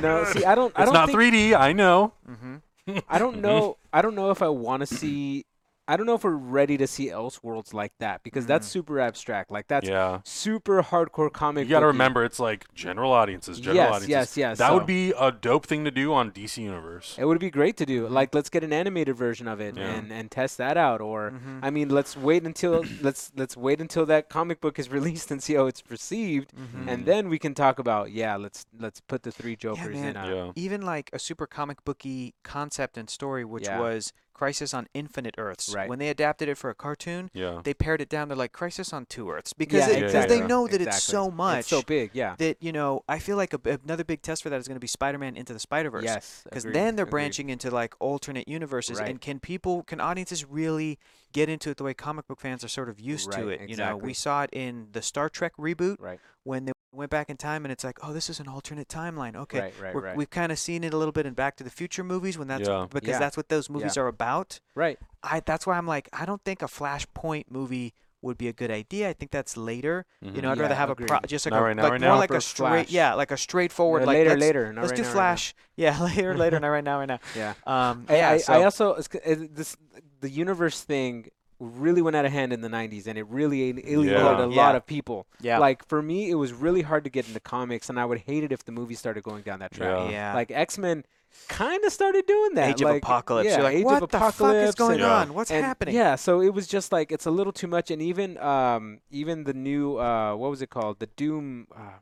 no, see, I don't. I
It's
don't
not
think,
3D, I know.
I
Mm-hmm.
don't know. I don't know if I want to see. I don't know if we're ready to see Elseworlds like that because that's super abstract. Like that's
Mm-hmm. Yeah.
super hardcore
You
comic.
got to
booky.
remember it's like general audiences, general
Yes,
audiences.
yes, yes,
That
so-
would be a dope thing to do on DC Universe.
It would be great to do. Like, let's get an animated version of it
Yeah.
and, and test that out. Or,
Mm-hmm.
I mean, let's wait until let's let's wait until that comic book is released and see how it's received,
Mm-hmm.
and then we can talk about yeah, let's let's put the three Jokers
man.
in. A,
Yeah.
even like a super comic booky concept and story, which
Yeah.
was Crisis on Infinite Earths.
Right.
When they adapted it for a cartoon,
Yeah.
they pared it down. They're like Crisis on Two Earths because
Yeah,
it,
exactly.
they know that it's
Exactly.
so much
it's so big. Yeah.
that you know. I feel like a, another big test for that is going to be Spider-Man Into the Spider-Verse.
Yes.
because
agreed,
then they're
agreed.
branching into like alternate universes
Right.
and can people can audiences really get into it the way comic book fans are sort of used to
Right,
it you know
exactly.
we saw it in the star trek reboot
Right.
when they went back in time and it's like oh this is an alternate timeline okay
Right, right,
we're-
right.
we've kind of seen it a little bit in back to the future movies when that's
Yeah.
because
Yeah.
that's what those movies are about
Right.
i that's why i'm like i don't think a flashpoint movie would be a good idea. I think that's later. You know,
Mm-hmm.
I'd
Yeah,
rather have
agreed.
a pro- just like
Not
a,
right now,
like
right
more
now.
like a
Proper
straight,
Flash.
yeah, like a straightforward
No,
like
Uh, later,
let's-
later, not
let's
right
do
now, right now.
Flash. Yeah, later, later, not right now, right now.
Yeah.
Um,
I-
yeah,
I,
so
I also it's c- it- this the universe thing really went out of hand in the 90s and it really al- alienated
Yeah.
a lot
Yeah.
of people
Yeah.
like for me it was really hard to get into comics and i would hate it if the movie started going down that track
Yeah.
Yeah.
uh, like x-men kind of started doing that
Age of
like,
Apocalypse.
yeah,
You're like,
Age
what
of
the fuck is
Apocalypse
going
and-
Yeah.
on? What's
and
happening?
yeah so it was just like it's a little too much and even um even the new uh what was it called the doom uh,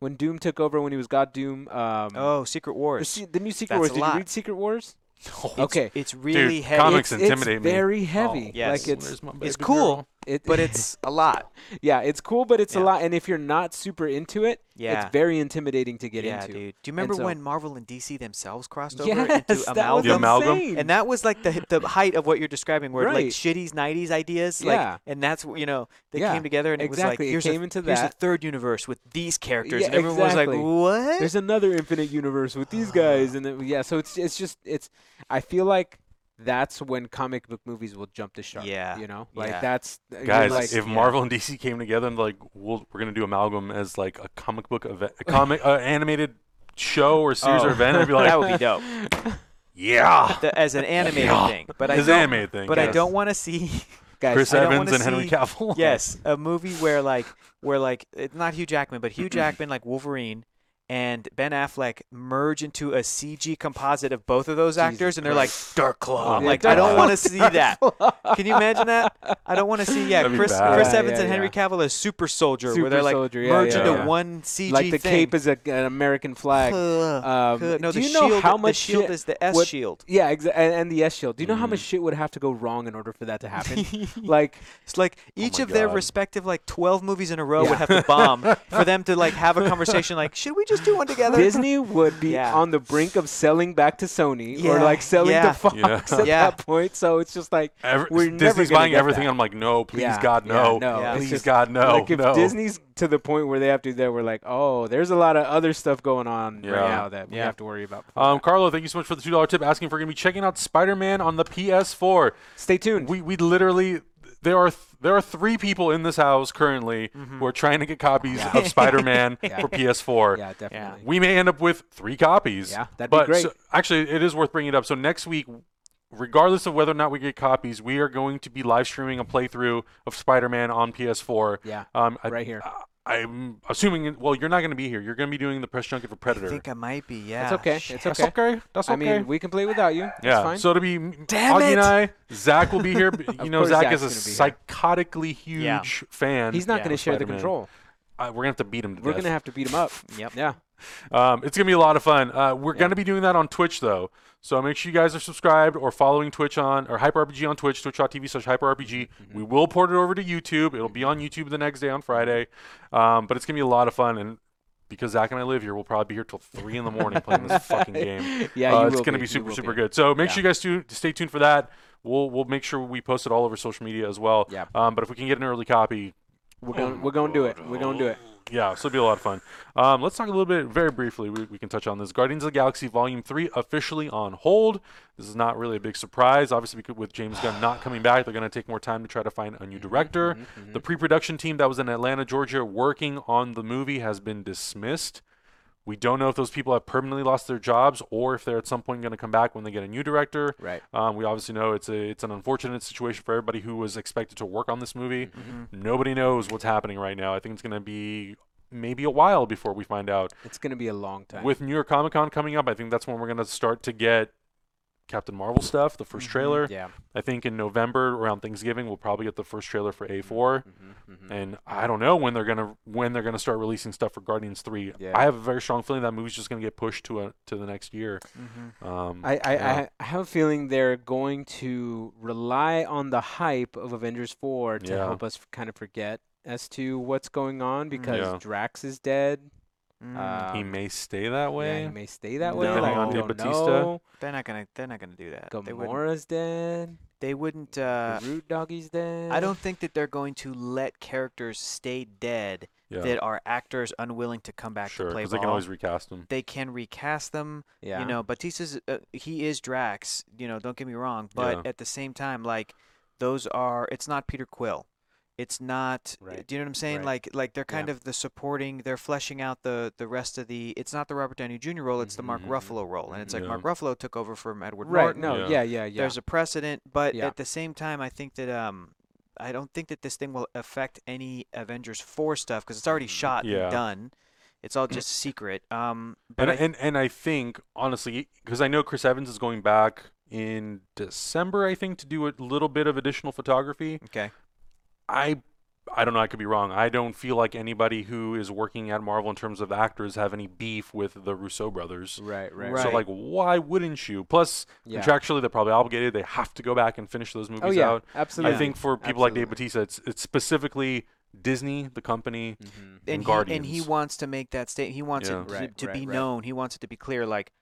when doom took over when he was god doom um
Oh, Secret
the,
Wars.
se- the new secret wars
That's a
did
lot.
you read secret wars
It's-
okay.
It's really heavy.
comics
it's,
intimidate
it's
me.
very heavy.
Oh, yes.
Like it's
Where's my baby
It's cool,
girl?
it,
but it's a lot.
yeah, it's cool, but it's
Yeah.
a lot. And if you're not super into it,
Yeah.
it's very intimidating to get
yeah,
into.
dude. Do you remember
so-
when Marvel and DC themselves crossed over
Yes,
into
that was
The
amalgam?
amalgam.
insane.
And that was like the the height of what you're describing, where like
Right.
shitties '90s ideas, like,
Yeah.
and that's wh- you know they
Yeah,
came together and it was
exactly.
like
It
here's
came
a,
into
here's a
that.
third universe with these characters,
Yeah,
and everyone
exactly.
was like, what?
There's another infinite universe with these
Ah.
guys, and then, yeah, so it's it's just it's. I feel like that's when comic book movies will jump the shark.
Yeah.
you know, like
Yeah.
that's you're
Guys,
like,
if Marvel and DC came together and like we'll, we're gonna do amalgam as like a comic book event, a comic uh, animated show or series
Oh,
or event, I'd be like,
that would be dope.
Yeah.
the, as an animated
Yeah.
thing. But I
As an
don't-
animated thing,
But I
yes.
don't want to see
Guys,
Chris
I don't
Evans and
wanna
Henry
see-
Cavill.
yes, a movie where like where like it's not Hugh Jackman, but Hugh Jackman like Wolverine and Ben Affleck merge into a CG composite of both of those actors, and they're like Dark
Oh
Claw. I'm
Yeah,
like
Dark
I don't
Claw.
want to see that. Can you imagine that? I don't want to see yeah
That'd be
Chris
bad.
Chris
Yeah,
Evans
yeah,
and Henry Cavill as super soldier,
Super
where they're like
Soldier, yeah,
merge
yeah,
into
yeah.
one CG
like the
thing.
cape is a, an American flag.
Ugh,
Um,
ugh. no,
do
the
you know
shield,
how much
the shield
shit Mm.
is the S
would-
shield.
Yeah, exa- and, and the S shield. Do you know how much shit would have to go wrong in order for that to happen? like,
It's like each
Oh my
of their
God.
respective like 12 movies in a row
Yeah.
would have to bomb for them to like have a conversation like, should we just do one together?
Disney would be
Yeah.
on the brink of selling back to Sony or
Yeah,
like selling
yeah.
to Fox
Yeah.
at
Yeah.
that point. So it's just like
Every,
we're
Disney's
never gonna
buying
get
everything. and
that.
I'm like, no, please,
Yeah,
God,
yeah,
no.
no,
Yeah. it's
Please,
just-
God, no.
like if
no.
Disney's to the point where they have to do that, we're like, oh, there's a lot of other stuff going on right
Yeah.
now that we
Yeah.
have to worry about. before
Um,
that.
Carlo, thank you so much for the two dollar tip. Asking if we're gonna be checking out Spider Man on the PS4.
Stay tuned.
We we literally there are th- there are three people in this house currently
Mm-hmm.
who are trying to get copies of Spider Man for PS4.
yeah, definitely.
We may end up with three copies.
Yeah, that'd be
but
great.
so- actually, it is worth bringing it up. So next week, regardless of whether or not we get copies, we are going to be live streaming a playthrough of Spider Man on PS4.
Yeah,
Um, I,
right here.
I, am assuming. Well, you're not going to be here. You're going to be doing the press junket for Predator.
I think I might be, yeah.
It's okay.
Shit.
It's
That's
okay.
okay. That's okay.
I mean, we can play without you.
Yeah.
It's fine.
So it'll be m-
Damn
Augie
it.
and I. Zach will be here. but you know,
course
Zach
Zach's
is a
gonna
psychotically huge
Yeah.
fan.
He's not
Yeah,
going to share the
Spider-Man.
control.
Uh, we're gonna have to beat him. To
We're
death.
going to have to beat him up.
Yep.
Yeah.
Um, it's gonna be a lot of fun. Uh, we're gonna be doing that on Twitch though, so make sure you guys are subscribed or following Twitch on or HyperRPG on Twitch, twitch.tv slash HyperRPG.
Mm-hmm,
We will port it over to YouTube. It'll be on YouTube the next day on Friday, um, but it's gonna be a lot of fun. And because Zach and I live here, we'll probably be here till three in the morning playing this fucking game.
Yeah,
Uh,
you
it's
will
gonna
be.
be
You
super
will
super
be.
good. So make sure you guys do stay tuned for that. We'll we'll make sure we post it all over social media as well.
Yeah.
Um, but if we can get an early copy,
We're going we're going to do it. We're going to do it.
yeah, so it'll be a lot of fun. Um, let's talk a little bit, very briefly, we, we can touch on this. Guardians of the Galaxy Volume 3 officially on hold. This is not really a big surprise. Obviously, because with James Gunn not coming back, they're going to take more time to try to find a new director. The pre production team that was in Atlanta, Georgia, working on the movie has been dismissed. We don't know if those people have permanently lost their jobs or if they're at some point going to come back when they get a new director.
Right.
Um, we obviously know it's a it's an unfortunate situation for everybody who was expected to work on this movie. Nobody knows what's happening right now. I think it's going to be maybe a while before we find out.
It's going to be a long time.
With New York Comic Con coming up, I think that's when we're going to start to get Captain Marvel stuff, the 1st trailer.
Mm-hmm. yeah.
I think in November around Thanksgiving we'll probably get the first trailer for A4,
Mm-hmm.
and I don't know when they're gonna when they're gonna start releasing stuff for Guardians Three.
Yeah.
I have a very strong feeling that movie's just gonna get pushed to a, to the next year.
Mm-hmm.
Um,
I, I,
yeah.
I- I have a feeling they're going to rely on the hype of Avengers 4 to
Yeah.
help us kind of forget as to what's going on because
Yeah.
Drax is dead.
Mm,
he
Um,
may stay that
yeah,
way.
he may stay that way.
No.
Like,
Depending
we
on
don't
Batista.
know.
they're not gonna they're not gonna do that. They wouldn't
Gamora's dead.
they wouldn't uh,
the Root Doggy's dead.
I don't think that they're going to let characters stay dead
Yeah.
that are actors unwilling to come back
sure,
to play
because
ball.
they can always recast him.
they can recast them.
Yeah.
You know, Batista's uh, he is Drax. You know, don't get me wrong, but
Yeah.
at the same time, like those are it's not Peter Quill. It's not.
Right.
Do you know what I'm saying?
Right.
Like, like they're kind
Yeah.
of the supporting. They're fleshing out the the rest of the. It's not the Robert Downey Jr. role. It's the Mark
Mhm, mhm,
Ruffalo role, and it's like
Yeah.
Mark Ruffalo took over from Edward
Right.
Norton.
No.
Yeah.
Yeah. Yeah. Yeah.
There's a precedent, but
Yeah.
at the same time, I think that um, I don't think that this thing will affect any Avengers four stuff because it's
Mm,
already shot
Yeah.
and done. It's all just secret. Um, but
And,
I
and and I think honestly, because I know Chris Evans is going back in December, I think to do a little bit of additional photography.
Okay.
I I don't know. I could be wrong. I don't feel like anybody who is working at Marvel in terms of actors have any beef with the Russo brothers.
right. Right.
Right.
So like, why wouldn't you? Plus,
Yeah.
contractually, they're probably obligated. They have to go back and finish those movies
Oh yeah.
out.
Absolutely.
I think for people like Dave
Absolutely.
Bautista, it's it's specifically Disney, the company.
Mhm.
and
he, and he
Guardians.
wants to make that statement. He wants
Yeah.
it to,
Right,
to
right,
be
right.
known. He wants it to be clear. Like,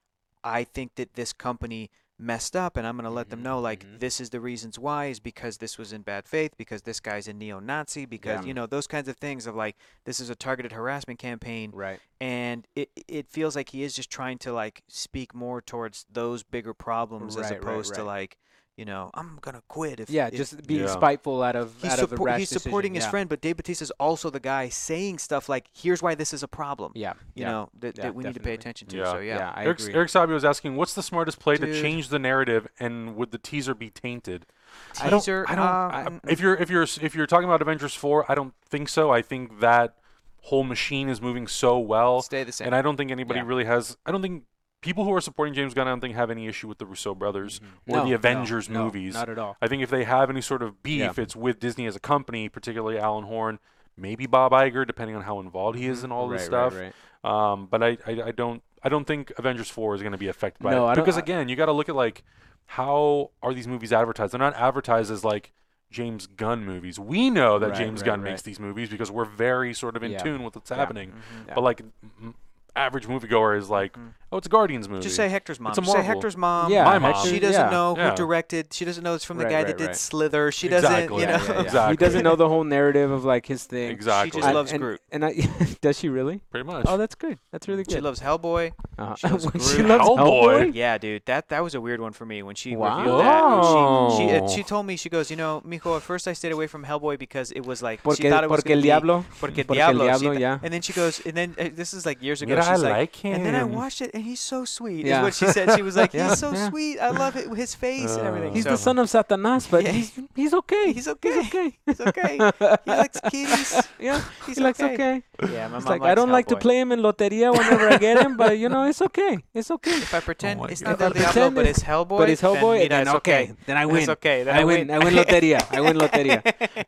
I think that this company messed up, and I'm going to let them know. Like,
mhm.
this is the reasons why is because this was in bad faith, because this guy's a neo-Nazi, because
Yeah.
you know those kinds of things. Of like, this is a targeted harassment campaign,
Right.
and it it feels like he is just trying to like speak more towards those bigger problems as
Right, right,
opposed to
right.
like you know, I'm gonna quit if
Yeah,
if
just being
Yeah.
spiteful out of
he's,
out of a
suppo-
rash
he's
decision.
supporting his
Yeah.
friend, but Dave Batista is also the guy saying stuff like, "Here's why this is a problem."
Yeah,
you
yeah,
know that,
yeah,
that we need to pay
definitely.
attention to.
Yeah.
So yeah,
Yeah, I
Eric,
agree.
Eric Sabio was asking, "What's the smartest play
Dude.
to change the narrative, and would the teaser be tainted?"
Teaser,
I don't. I
uh,
um,
don't I- if you're if you're if you're talking about Avengers four, I don't think so. I think that whole machine is moving so well,
Stay the same.
and I don't think anybody
Yeah.
really has. I don't think people who are supporting James Gunn, I don't think have any issue with the Russo brothers or
Mm-hmm. No,
the
no,
Avengers
no,
movies.
not at all.
I think if they have any sort of beef,
Yeah.
it's with Disney as a company, particularly Alan Horn, maybe Bob Iger, depending on how involved he is in all
Right,
this
Mm-hmm. right,
stuff.
right.
Um, but I, I, I don't I don't think Avengers four is going to be affected by
No,
it
I don't-
because
I-
again, you got to look at like how are these movies advertised? They're not advertised as like James Gunn movies. We know that
Right,
James
right,
Gunn
right.
makes these movies because we're very sort of in
Yeah.
tune with what's
Yeah.
happening.
Yeah.
But like m- average moviegoer is like, oh, it's a Guardians movie.
just say Hector's mom.
It's a
Just say
Marvel.
Hector's mom.
Yeah,
My mom.
She
Hector-
doesn't
yeah.
know
Yeah.
who directed. She doesn't know it's from the
Right,
guy
right,
that did
right.
Slither. She
Exactly.
doesn't. You
Yeah,
know.
yeah, yeah.
He
Exactly.
doesn't know the whole narrative of like his thing.
exactly.
She just
I-
loves
and,
Groot.
And I does she really?
pretty much.
Oh, that's good. That's really good.
She loves Hellboy.
uh,
she loves
when she
Groot.
Oh,
loves
Hellboy.
Hellboy?
Yeah, dude, that that was a weird one for me when she
Wow.
revealed that. She she, uh,
Wow.
she told me she goes, you know, Mijo, at first I stayed away from Hellboy because it was like she
Porque,
thought it was
porque el
gonna be-
diablo.
Porque
Porque
Diablo,
Diablo,
she-
yeah.
And then she goes, and then uh, this is like years ago.
Mira, I
she's
like
And then I
him.
watched it, and he's so sweet.
Yeah.
Is what she said. She was like,
Yeah,
he's so
yeah.
sweet. I love it, his face and everything.
He's
so,
the son of Satanas, but
Yeah.
he's he's okay.
He's okay.
He's okay.
He's okay. he likes kitties.
yeah,
He's
he looks
okay.
okay.
Yeah, my mom
It's like I don't like to
Hellboy.
play him in loteria whenever I get him, but you know it's okay. It's okay.
If I pretend
my
it's
God.
not El
Oh If I
Diablo,
pretend
but
it's-
it's Hellboy,
but it's Hellboy,
then,
and then
it's
okay, then I
It's
win.
okay, then
I win. I win loteria. I win loteria.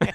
yeah.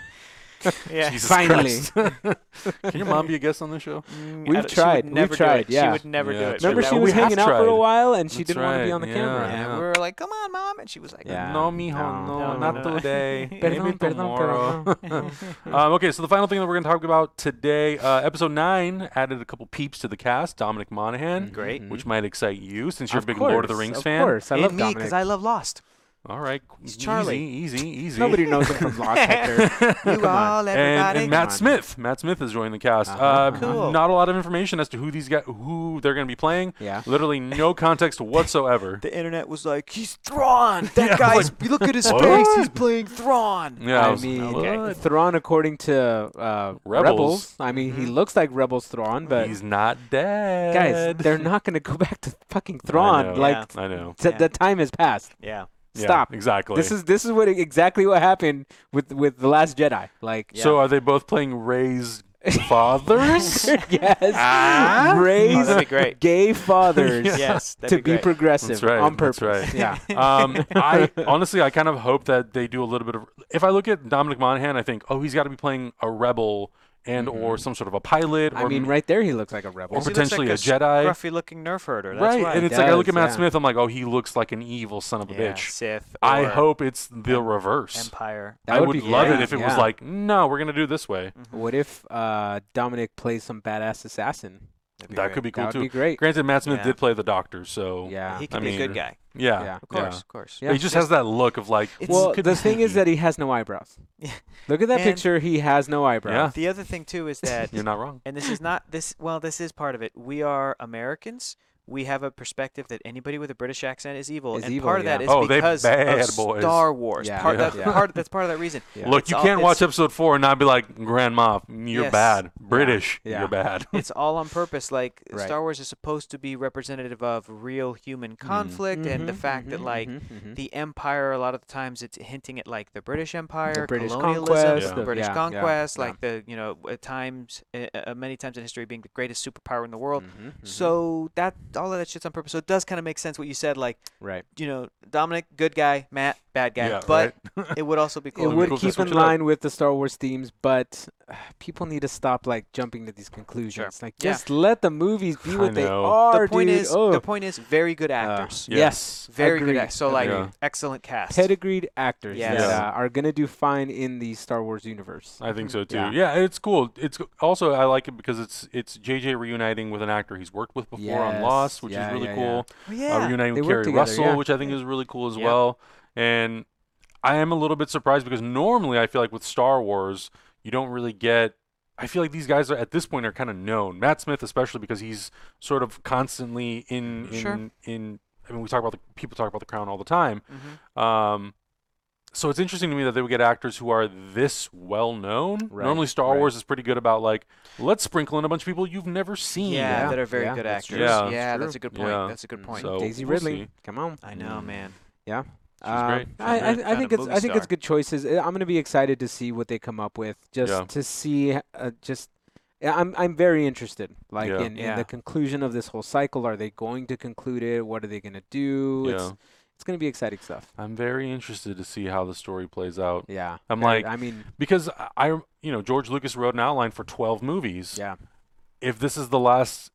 Jesus
Finally.
Christ. Can your mom be a guest on this show?
Mm, I
We've
don't- she would
tried. We've
never do
tried,
it. She
yeah.
would never do
Yeah,
it.
it's
but
Remember,
true.
that
she
We
would-
was
have
hanging out for a
tried.
while, and she
That's
didn't want to be
right,
on the
yeah.
camera.
Yeah,
Yeah.
we were like, "Come on, mom," and she was like,
Yeah.
No, mijo,
no,
no,
no,
not
no.
today. Maybe
Perdón, perdón,
tomorrow.
perdón.
um, okay, so the final thing that we're going to talk about today, uh, episode nine added a couple peeps to the cast. Dominic Monaghan,
Great.
which might excite you since you're
Mm-hmm. Of
a big Lord of the
course,
Rings
of
fan.
course. I
and
love
me because
Dominic.
I love Lost.
All right,
He's Charlie.
Easy, easy, easy.
Nobody knows him from Lost Hector.
You all,
and,
everybody.
and
Come
Matt
on.
Smith. Matt Smith has joined the cast. uh
Uh-huh,
Cool.
Not a lot of information as to who these guys, who they're going to be playing.
Yeah.
Literally no context whatsoever.
the internet was like, "He's Thrawn. That guy's. Look at his
What?
face. He's playing Thrawn."
yeah,
I
was-
mean, uh,
what?
Thrawn, according to uh, Rebels.
Rebels. Mm-hmm.
I mean, he looks like Rebels Thrawn, but
he's not dead.
guys, they're not going to go back to fucking Thrawn.
know.
Like
Yeah.
I know.
th-
Yeah.
the time has passed.
Yeah.
Yeah,
Stop.
exactly.
This is this is what exactly what happened with with the Last Jedi. Like,
So are they both playing Ray's fathers?
yes, raise
Oh, that'd be great.
gay fathers
Yes. That'd
to
be
be,
great.
progressive
That's right,
on
that's right.
purpose. Yeah.
um, I honestly, I kind of hope that they do a little bit of. If I look at Dominic Monaghan, I think, oh, he's got to be playing a rebel and or some sort of a pilot.
I
or
mean,
m-
right there, he looks like a rebel.
Or potentially a Jedi.
scruffy looking nerf herder. That's
right.
why.
and it's like I look
does,
at Matt
yeah.
Smith, I'm like, oh, he looks like an evil son of a
yeah,
bitch.
Sith.
I
or
hope it's the reverse.
Empire.
That
I
would
would
be
love
great,
it if it was
yeah.
like, no, we're gonna do it this way.
What if uh, Dominic plays some badass assassin?
That'd
that
great.
could be cool
That would
too.
be great.
Granted, Matt Smith
Yeah.
did play the Doctor, so
Yeah.
He could
I
be a good
mean,
guy.
yeah,
Yeah.
Of course. Of course.
Yeah.
He just has that look of like,
It's-
well,
could
the
be
thing is
sneaky.
that he has no eyebrows.
Yeah.
Look at that
And-
picture. He has no eyebrows.
The other thing too is that
you're not wrong.
and this is not this well this is part of it we are americans we have a perspective that anybody with a british accent is evil
Is
and
evil,
part of that
yeah.
is
Oh, they
because
bad
of
boys.
star wars
Yeah.
part,
Yeah.
That,
Yeah.
part that's part of that reason
Yeah.
Look,
It's
you
all-
can't watch
it's-
episode four and not be like, Grandma, you're
Yes.
bad. British,
Yeah.
you're bad.
it's all on purpose like
Right.
star wars is supposed to be representative of real human
Mm-hmm.
conflict and the
Mhm,
fact that
mhm,
like
mhm, mhm.
the empire a lot of the times it's hinting at like the british empire
British
colonialism
conquest,
the-
british
yeah, yeah,
conquest
yeah.
like the you know at times uh, uh, many times in history being the greatest superpower in the world
Mhm, mhm.
So that all of that shit's on purpose. So it does kind of make sense what you said, like
mm-hmm. right.
you know, Dominic, good guy, Matt, bad guy.
Yeah,
but it would also be
It
cool. if
be
would
cool to
keep in
switch it up.
line with the Star Wars themes, but uh, people need to stop like jumping to these conclusions. Like,
Yeah.
just let the movies be
I
what they
know. The
are,
the point
dude.
is,
oh.
the point is, very good
Uh,
actors,
Yeah.
Yes,
very
agreed,
good actors. So like,
Yeah.
agreed.
excellent cast.
pedigreed actors
Yes.
that
Yeah.
uh, are gonna do fine in the Star Wars universe.
I think so too.
Yeah.
Yeah. it's cool. It's co- also I like it because it's it's JJ reuniting with an actor he's worked with before on
Yes.
Lost, which
Yeah,
is really
yeah,
cool.
Oh,
Uh,
yeah.
reuniting
They
with
work
Carrie
together,
Russell,
yeah.
which I think is really cool as
Yeah.
well. And I am a little bit surprised because normally I feel like with Star Wars you don't really get. I feel like these guys are at this point are kind of known. Matt Smith especially because he's sort of constantly in in
Sure. Mm-hmm.
in. I mean, we talk about the people talk about the Crown all the time. Um, so it's interesting to me that they would get actors who are this well known.
Right,
Normally, Star
right.
Wars is pretty good about like let's sprinkle in a bunch of people you've never seen.
yeah,
Yeah,
that are very
yeah,
good
that's
actors.
true. Yeah,
Yeah,
that's
that's
true.
a good point.
Yeah.
That's a good point.
So- Mm.
Daisy
we'll
Ridley,
see.
come on.
I know, man.
Yeah.
was great. She was
Uh, I,
great.
I, I
Kind
think
of
it's I
movie
think it's
star.
good choices. I- I'm gonna be excited to see what they come up with, just
Yeah.
to see uh, just. yeah, I'm I'm very interested, like
Yeah.
in, in
Yeah.
the conclusion of this whole cycle. Are they going to conclude it? What are they gonna do? It's
Yeah.
it's gonna be exciting stuff.
I'm very interested to see how the story plays out
Yeah,
I'm
very-
like-
I mean,
because I- I, you know, George Lucas wrote an outline for 12 movies.
yeah,
If this is the last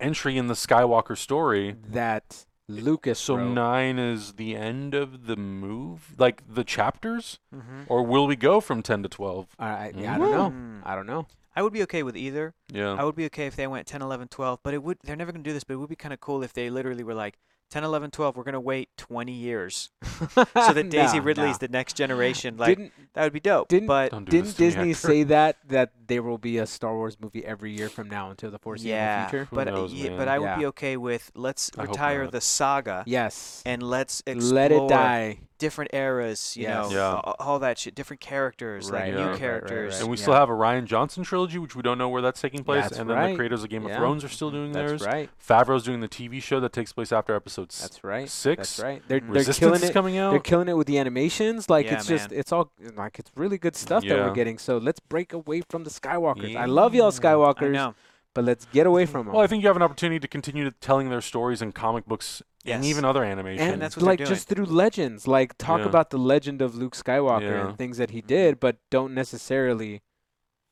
entry in the Skywalker story,
that Lucas.
so
wrote.
nine is the end of the move, like the chapters,
Mm-hmm.
or will we go from 10 to 12?
All right, yeah, I don't know.
Mm.
I don't know.
I would be okay with either.
Yeah.
I would be okay if they went 10, 11, 12, but it would they're never going to do this, but it would be kind of cool if they literally were like 10, 11, 12, we're going to wait 20 years so that Daisy
No,
Ridley's
no.
the next generation. Like
didn't
that would be dope.
didn't-
but
Don't do
didn't
this to me,
Disney
actor.
say that that there will be a Star Wars movie every year from now until the foreseeable
yeah,
future?
Who
but uh,
knows,
yeah,
man?
but I would
Yeah.
be okay with let's
I hope
retire
not.
the saga
Yes,
and let's explore
let it die.
different eras, you
Yes.
know,
Yeah.
a- all that shit, different characters,
Right,
like
right,
new
right, right,
characters.
and we
yeah.
still have a Ryan Johnson trilogy, which we don't know where that's taking place.
That's
and then
right.
the creators of Game
Yeah. Mm-hmm.
of Thrones are still doing
That's
theirs.
right.
Favreau's doing the TV show that takes place after episode s-
That's right.
six.
That's right. They're, they're
Resistance
killing
is
it.
coming
They're
out.
killing it with the animations. Like
Yeah,
it's just
man.
it's all like it's really good stuff that
Yeah.
we're getting. So let's break away from the Skywalkers. I love y'all Skywalkers,
I know.
but let's get away from them.
well, I think you have an opportunity to continue to telling their stories in comic books and
Yes.
even other animation.
and,
that's what they're
like
doing.
just through legends, like talk
Yeah.
about the legend of Luke Skywalker
Yeah.
and things that he did, but don't necessarily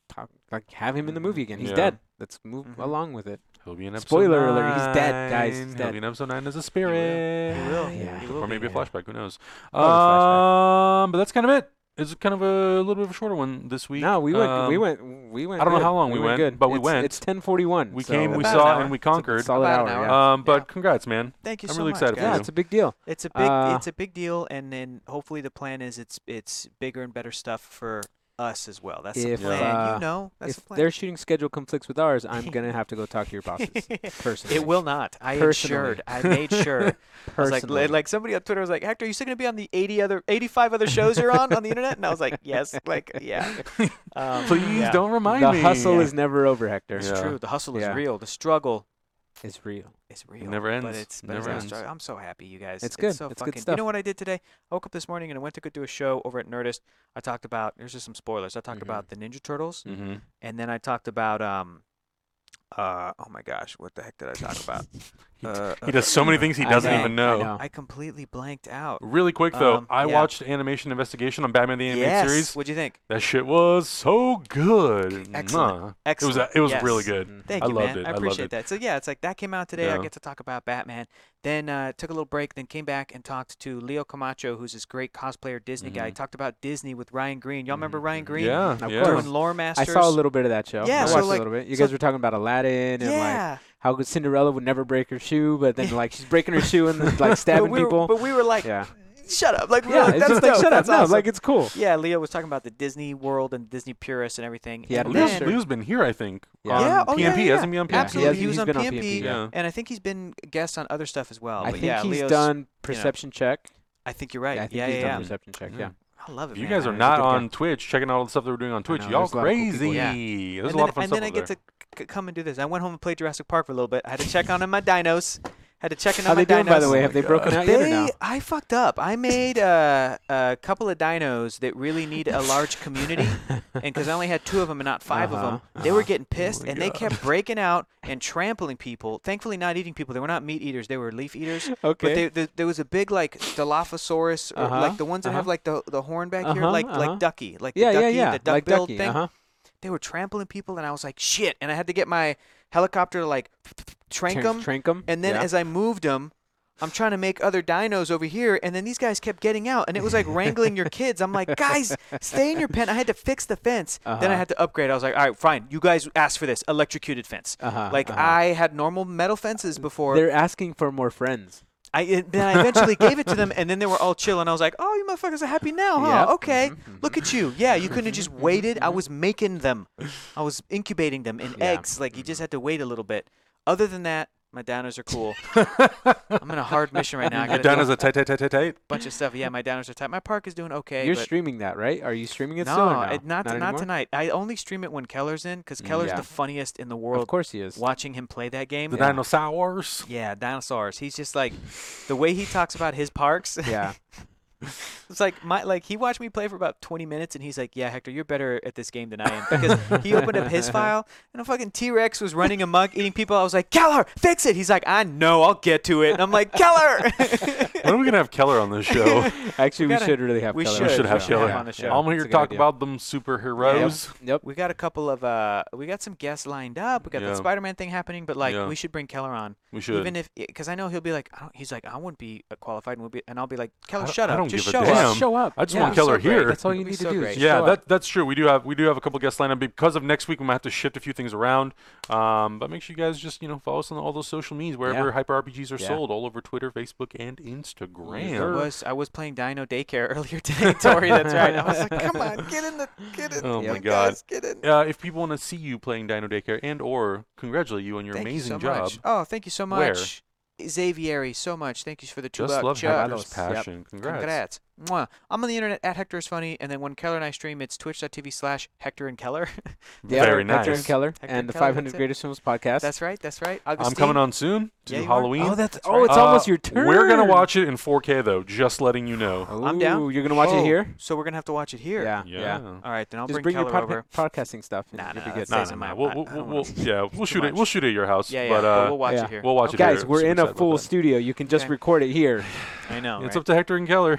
talk like have him in the movie again. He's
Yeah. Mm-hmm.
dead. Let's move
Mhm.
along with it.
He'll be in episode
Spoiler
nine.
alert, he's dead, guys, he's
He'll
dead.
be in episode nine as a spirit.
He will.
Yeah.
He will
Or
be.
maybe a flashback. Who knows?
Probably a flashback.
Um, but that's kind of it. It's kind of a little bit of a shorter one this week.
No, we went. we
Um,
went. We went.
I don't know
good.
how long we went,
good.
but we
It's-
went.
It's ten forty-one.
We came, we
About an
saw,
hour.
and we
It's a- it's a
conquered.
solid
about an
hour,
hour.
yeah.
Um, but congrats, man.
Thank you
I'm
so
really
much,
excited for
Yeah,
you.
it's a big deal.
It's a big
Uh,
it's a big deal and then hopefully the plan is it's it's bigger and better stuff for us as well. That's
If,
the plan.
uh,
you know, that's
if
the
their
plan.
shooting schedule conflicts with ours, I'm gonna have to go talk to your bosses personally.
It will not. I
Personally.
ensured. I made sure. I was like,
Personally.
like somebody on Twitter was like, Hector, are you still gonna be on the eighty other eighty five other shows you're on on the internet? And I was like, Yes, like yeah. Um,
Please
yeah.
don't remind
the
me.
hustle is never over, Hector.
Yeah.
It's true. The hustle is
Yeah.
real. The struggle
It's real.
is real.
never
But
ends.
it's, but
Never
it's not a
ends.
struggle. I'm so happy, you guys.
It's good.
so
It's good
fucking, You
stuff.
know what I did today? I woke up this morning and I went to go do a show over at Nerdist. I talked about. There's just some spoilers. I talked
Mhm.
about the Ninja Turtles,
Mm-hmm.
and then I talked about um, uh, oh my gosh, what the heck did I talk about?
He d-
Uh,
He
uh,
does so many things he
I
doesn't
know,
even
I
know.
know. Mm.
I completely blanked out.
Really quick though,
Um,
I
yeah.
watched Animation Investigation on Batman the Animated
yes.
Series.
What'd you think?
That shit was so good.
Excellent.
Mwah. It was uh,
Excellent.
it was really
Yes.
good.
Mm-hmm.
Thank
I
you,
loved
man.
it.
I
I loved
appreciate
it.
that. So yeah, it's like that came out today.
Yeah.
I get to talk about Batman. Then uh, took a little break. Then came back and talked to Leo Camacho, who's this great cosplayer Disney guy. He talked about Disney with Ryan Green. Y'all remember Ryan Green?
Mm-hmm. Yeah,
Of
yeah.
course.
Doing Lore Masters.
I saw a little bit of that show.
Yeah,
I
so
watched
like-
a little bit. You
so-
guys were talking about Aladdin and like
Yeah.
how good Cinderella would never break her shoe, but then like she's breaking her shoe and like stabbing
but we Were,
people.
but we were like,
Yeah.
shut up. Like, we were
yeah,
like,
it's
that's
just like
dope.
shut up.
That's
No,
awesome. Oh,
like it's cool.
yeah, Leo was talking about the Disney World and Disney purists and everything.
He had a
and
little
Leo's,
then,
shirt.
Leo's been here, I think.
Yeah.
On
yeah, oh yeah,
PMP,
yeah,
hasn't he on PMP?
Absolutely, he
He's
was on
been on
PMP,
PMP,
yeah.
and I think he's been a guest on other stuff as well.
I
but
think
yeah,
he's
Leo's,
done perception check.
I think you're right.
I think
yeah,
he's
yeah,
done
yeah. Mm-hmm.
perception check.
Yeah.
Yeah.
I love it.
If you
man.
guys are
he's a
not
good guy.
on Twitch checking out all the stuff that we're doing on Twitch,
know,
y'all
there's a lot of cool
crazy.
people,
There's
yeah. and
a lot
then,
of fun
and
stuff
then I
out
get
there.
to c- c- come and do this. I went home and played Jurassic Park for a little bit. I had to check on my dinos. Had to check in
How
on
they
my
doing,
dinos.
by the
Oh
way?
my
Have they
God.
broken out yet or no?
They, I fucked up. I made uh, a couple of dinos that really need a large community, and because I only had two of them and not 5 of them,
Uh-huh,
they were getting pissed
my
and they kept breaking out and trampling people. Thankfully, not eating people. They were not meat eaters. They were leaf eaters.
Okay.
But they, there- there was a big like Dilophosaurus, or,
Uh-huh,
like the ones that have
uh-huh.
like the the horn back here,
Uh-huh,
like
uh-huh.
like ducky, like
yeah, yeah,
the ducky,
yeah.
the duck
like
billed
ducky.
thing
Uh-huh.
they were trampling people, and I was like, shit. And I had to get my helicopter to like trank them.
Trank 'em,
and then
yeah.
as I moved them, I'm trying to make other dinos over here, and then these guys kept getting out, and it was like wrangling your kids. I'm like, guys, stay in your pen. I had to fix the fence. Then I
Uh-huh.
had to upgrade. I was like, all right, fine. You guys asked for this electrocuted fence.
Uh-huh,
like
uh-huh.
I had normal metal fences before.
They're asking for more friends.
I it- then I eventually gave it to them, and then they were all chill, and I was like, "Oh, you motherfuckers are happy now, huh?
Yep.
Okay,
Mm-hmm.
look at you. Yeah, you couldn't have just waited. I was making them, I was incubating them in
Yeah.
eggs. Like you just had to wait a little bit. Other than that, My downers are cool. I'm in a hard mission right now. I
Your
got
down
a
is a tight, tight, tight, tight, tight.
bunch of stuff. Yeah, my downers are tight. My park is doing okay.
You're
but
streaming that, right? Are you streaming it
no,
still? or
it-
not,
not not,
anymore?
tonight. I only stream it when Keller's in because Keller's
yeah.
the funniest in the world.
Of course he is.
Watching him play that game.
The
yeah.
dinosaurs.
Yeah, dinosaurs. He's just like the way he talks about his parks.
Yeah.
it's like my like he watched me play for about 20 minutes and he's like, "Yeah, Hector, you're better at this game than I am." Because he opened up his file and a fucking T-Rex was running amok eating people. I was like, "Keller, fix it." He's like, "I know, I'll get to it." And I'm like, "Keller."
when are we gonna have Keller on this show?
Actually, we,
gotta-
should really have.
we
Keller on
we
should,
the
should have
show.
Keller.
him on the show.
I'm here
It's a
to
good
talk
idea.
about them superheroes.
Yep.
we got a couple of uh we got some guests lined up. We got
Yeah.
that Spider-Man thing happening, but like
Yeah.
we should bring Keller on.
We should.
Even if cuz I know he'll be like, I don't, he's like, "I wouldn't be uh, qualified." And we'll be and I'll be like, "Keller,
I don't-
shut
I
up.
don't
Just
give
show
a
up."
damn.
Just show up.
I just
Yeah.
want Keller
so great.
here.
That's all you
It'll be
need to
so
do. is
great.
just
yeah,
show up.
that that's true. We do have we do have a couple guests lined up because of next week. We might have to shift a few things around. Um, but make sure you guys just you know follow us on all those social medias wherever
Yeah.
hyper RPGs are
Yeah.
sold, all over Twitter, Facebook, and
I
Instagram.
was I was playing Dino Daycare earlier today, Tori. That's right. I was like, come on, get in the get in.
Oh my
like,
God.
guys, get in.
Uh, if people want to see you playing Dino Daycare and or congratulate you on your
Thank you
amazing
so
job,
Much. Oh, thank you so
Where?
much, Xavieri. So much. Thank you for the two
just
buck
love
chuck.
Hector's
Chuck. Yep.
passion. Congrats.
Congrats. Mwah. I'm on the internet at Hector is funny, and then when Keller and I stream, it's twitch.tv slash Hector and Keller.
Yeah,
Very
Hector
nice.
and Keller
Hector
and the
Keller,
500
that's it.
Greatest Films podcast.
that's right. That's right. Augustine.
I'm coming on soon to
Yeah,
do
you are?
Halloween.
oh, that's
That's
oh,
right.
it's
Uh,
almost your turn.
We're gonna watch it in 4K though. Just letting you know.
Ooh,
I'm down.
You're gonna watch
Oh,
it here.
So we're gonna have to watch it here.
Yeah.
Yeah.
All right, then I'll
Just
bring,
bring your
Keller
podca-
over.
podcasting stuff. and
Nah,
you'll
nah,
be
nah,
good.
that's Nah, Stays nah, in my-
We'll,
I-
we'll,
I
we'll,
don't wanna-
yeah, we'll shoot it.
much.
We'll shoot it at your house.
Yeah, yeah.
But, uh,
but we'll watch
yeah.
it here.
We'll watch it
Okay.
here.
Guys, we're in
Super
a
excited about
full
that.
studio. You can just
Okay.
record it here.
I know.
It's
right?
up to Hector and Keller.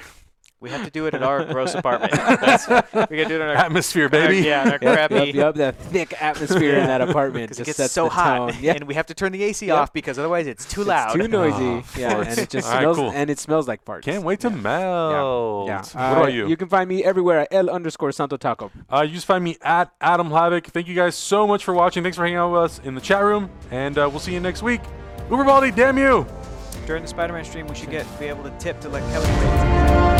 We have to do it at our gross apartment. That's, we gotta do it in our
Atmosphere, baby.
Our, yeah, in our
Yep,
crappy.
Yep, yep, that thick atmosphere in that apartment
Because
just
it gets
sets
so
the
hot,
tone. Yeah,
and we have to turn the AC
Yep.
off because otherwise it's too
it's
loud.
too noisy.
Oh,
yeah,
farts.
and it just
All right,
smells
cool.
and it smells like farts.
Can't wait to
Yeah.
melt.
yeah.
What
Uh,
about you?
You can find me everywhere at L underscore Santo Taco.
Uh, you just find me at Adam Havoc. Thank you guys so much for watching. Thanks for hanging out with us in the chat room, and uh, we'll see you next week. Uber Baldy, damn you!
During the Spider-Man stream, we should get be able to tip to let Kelly.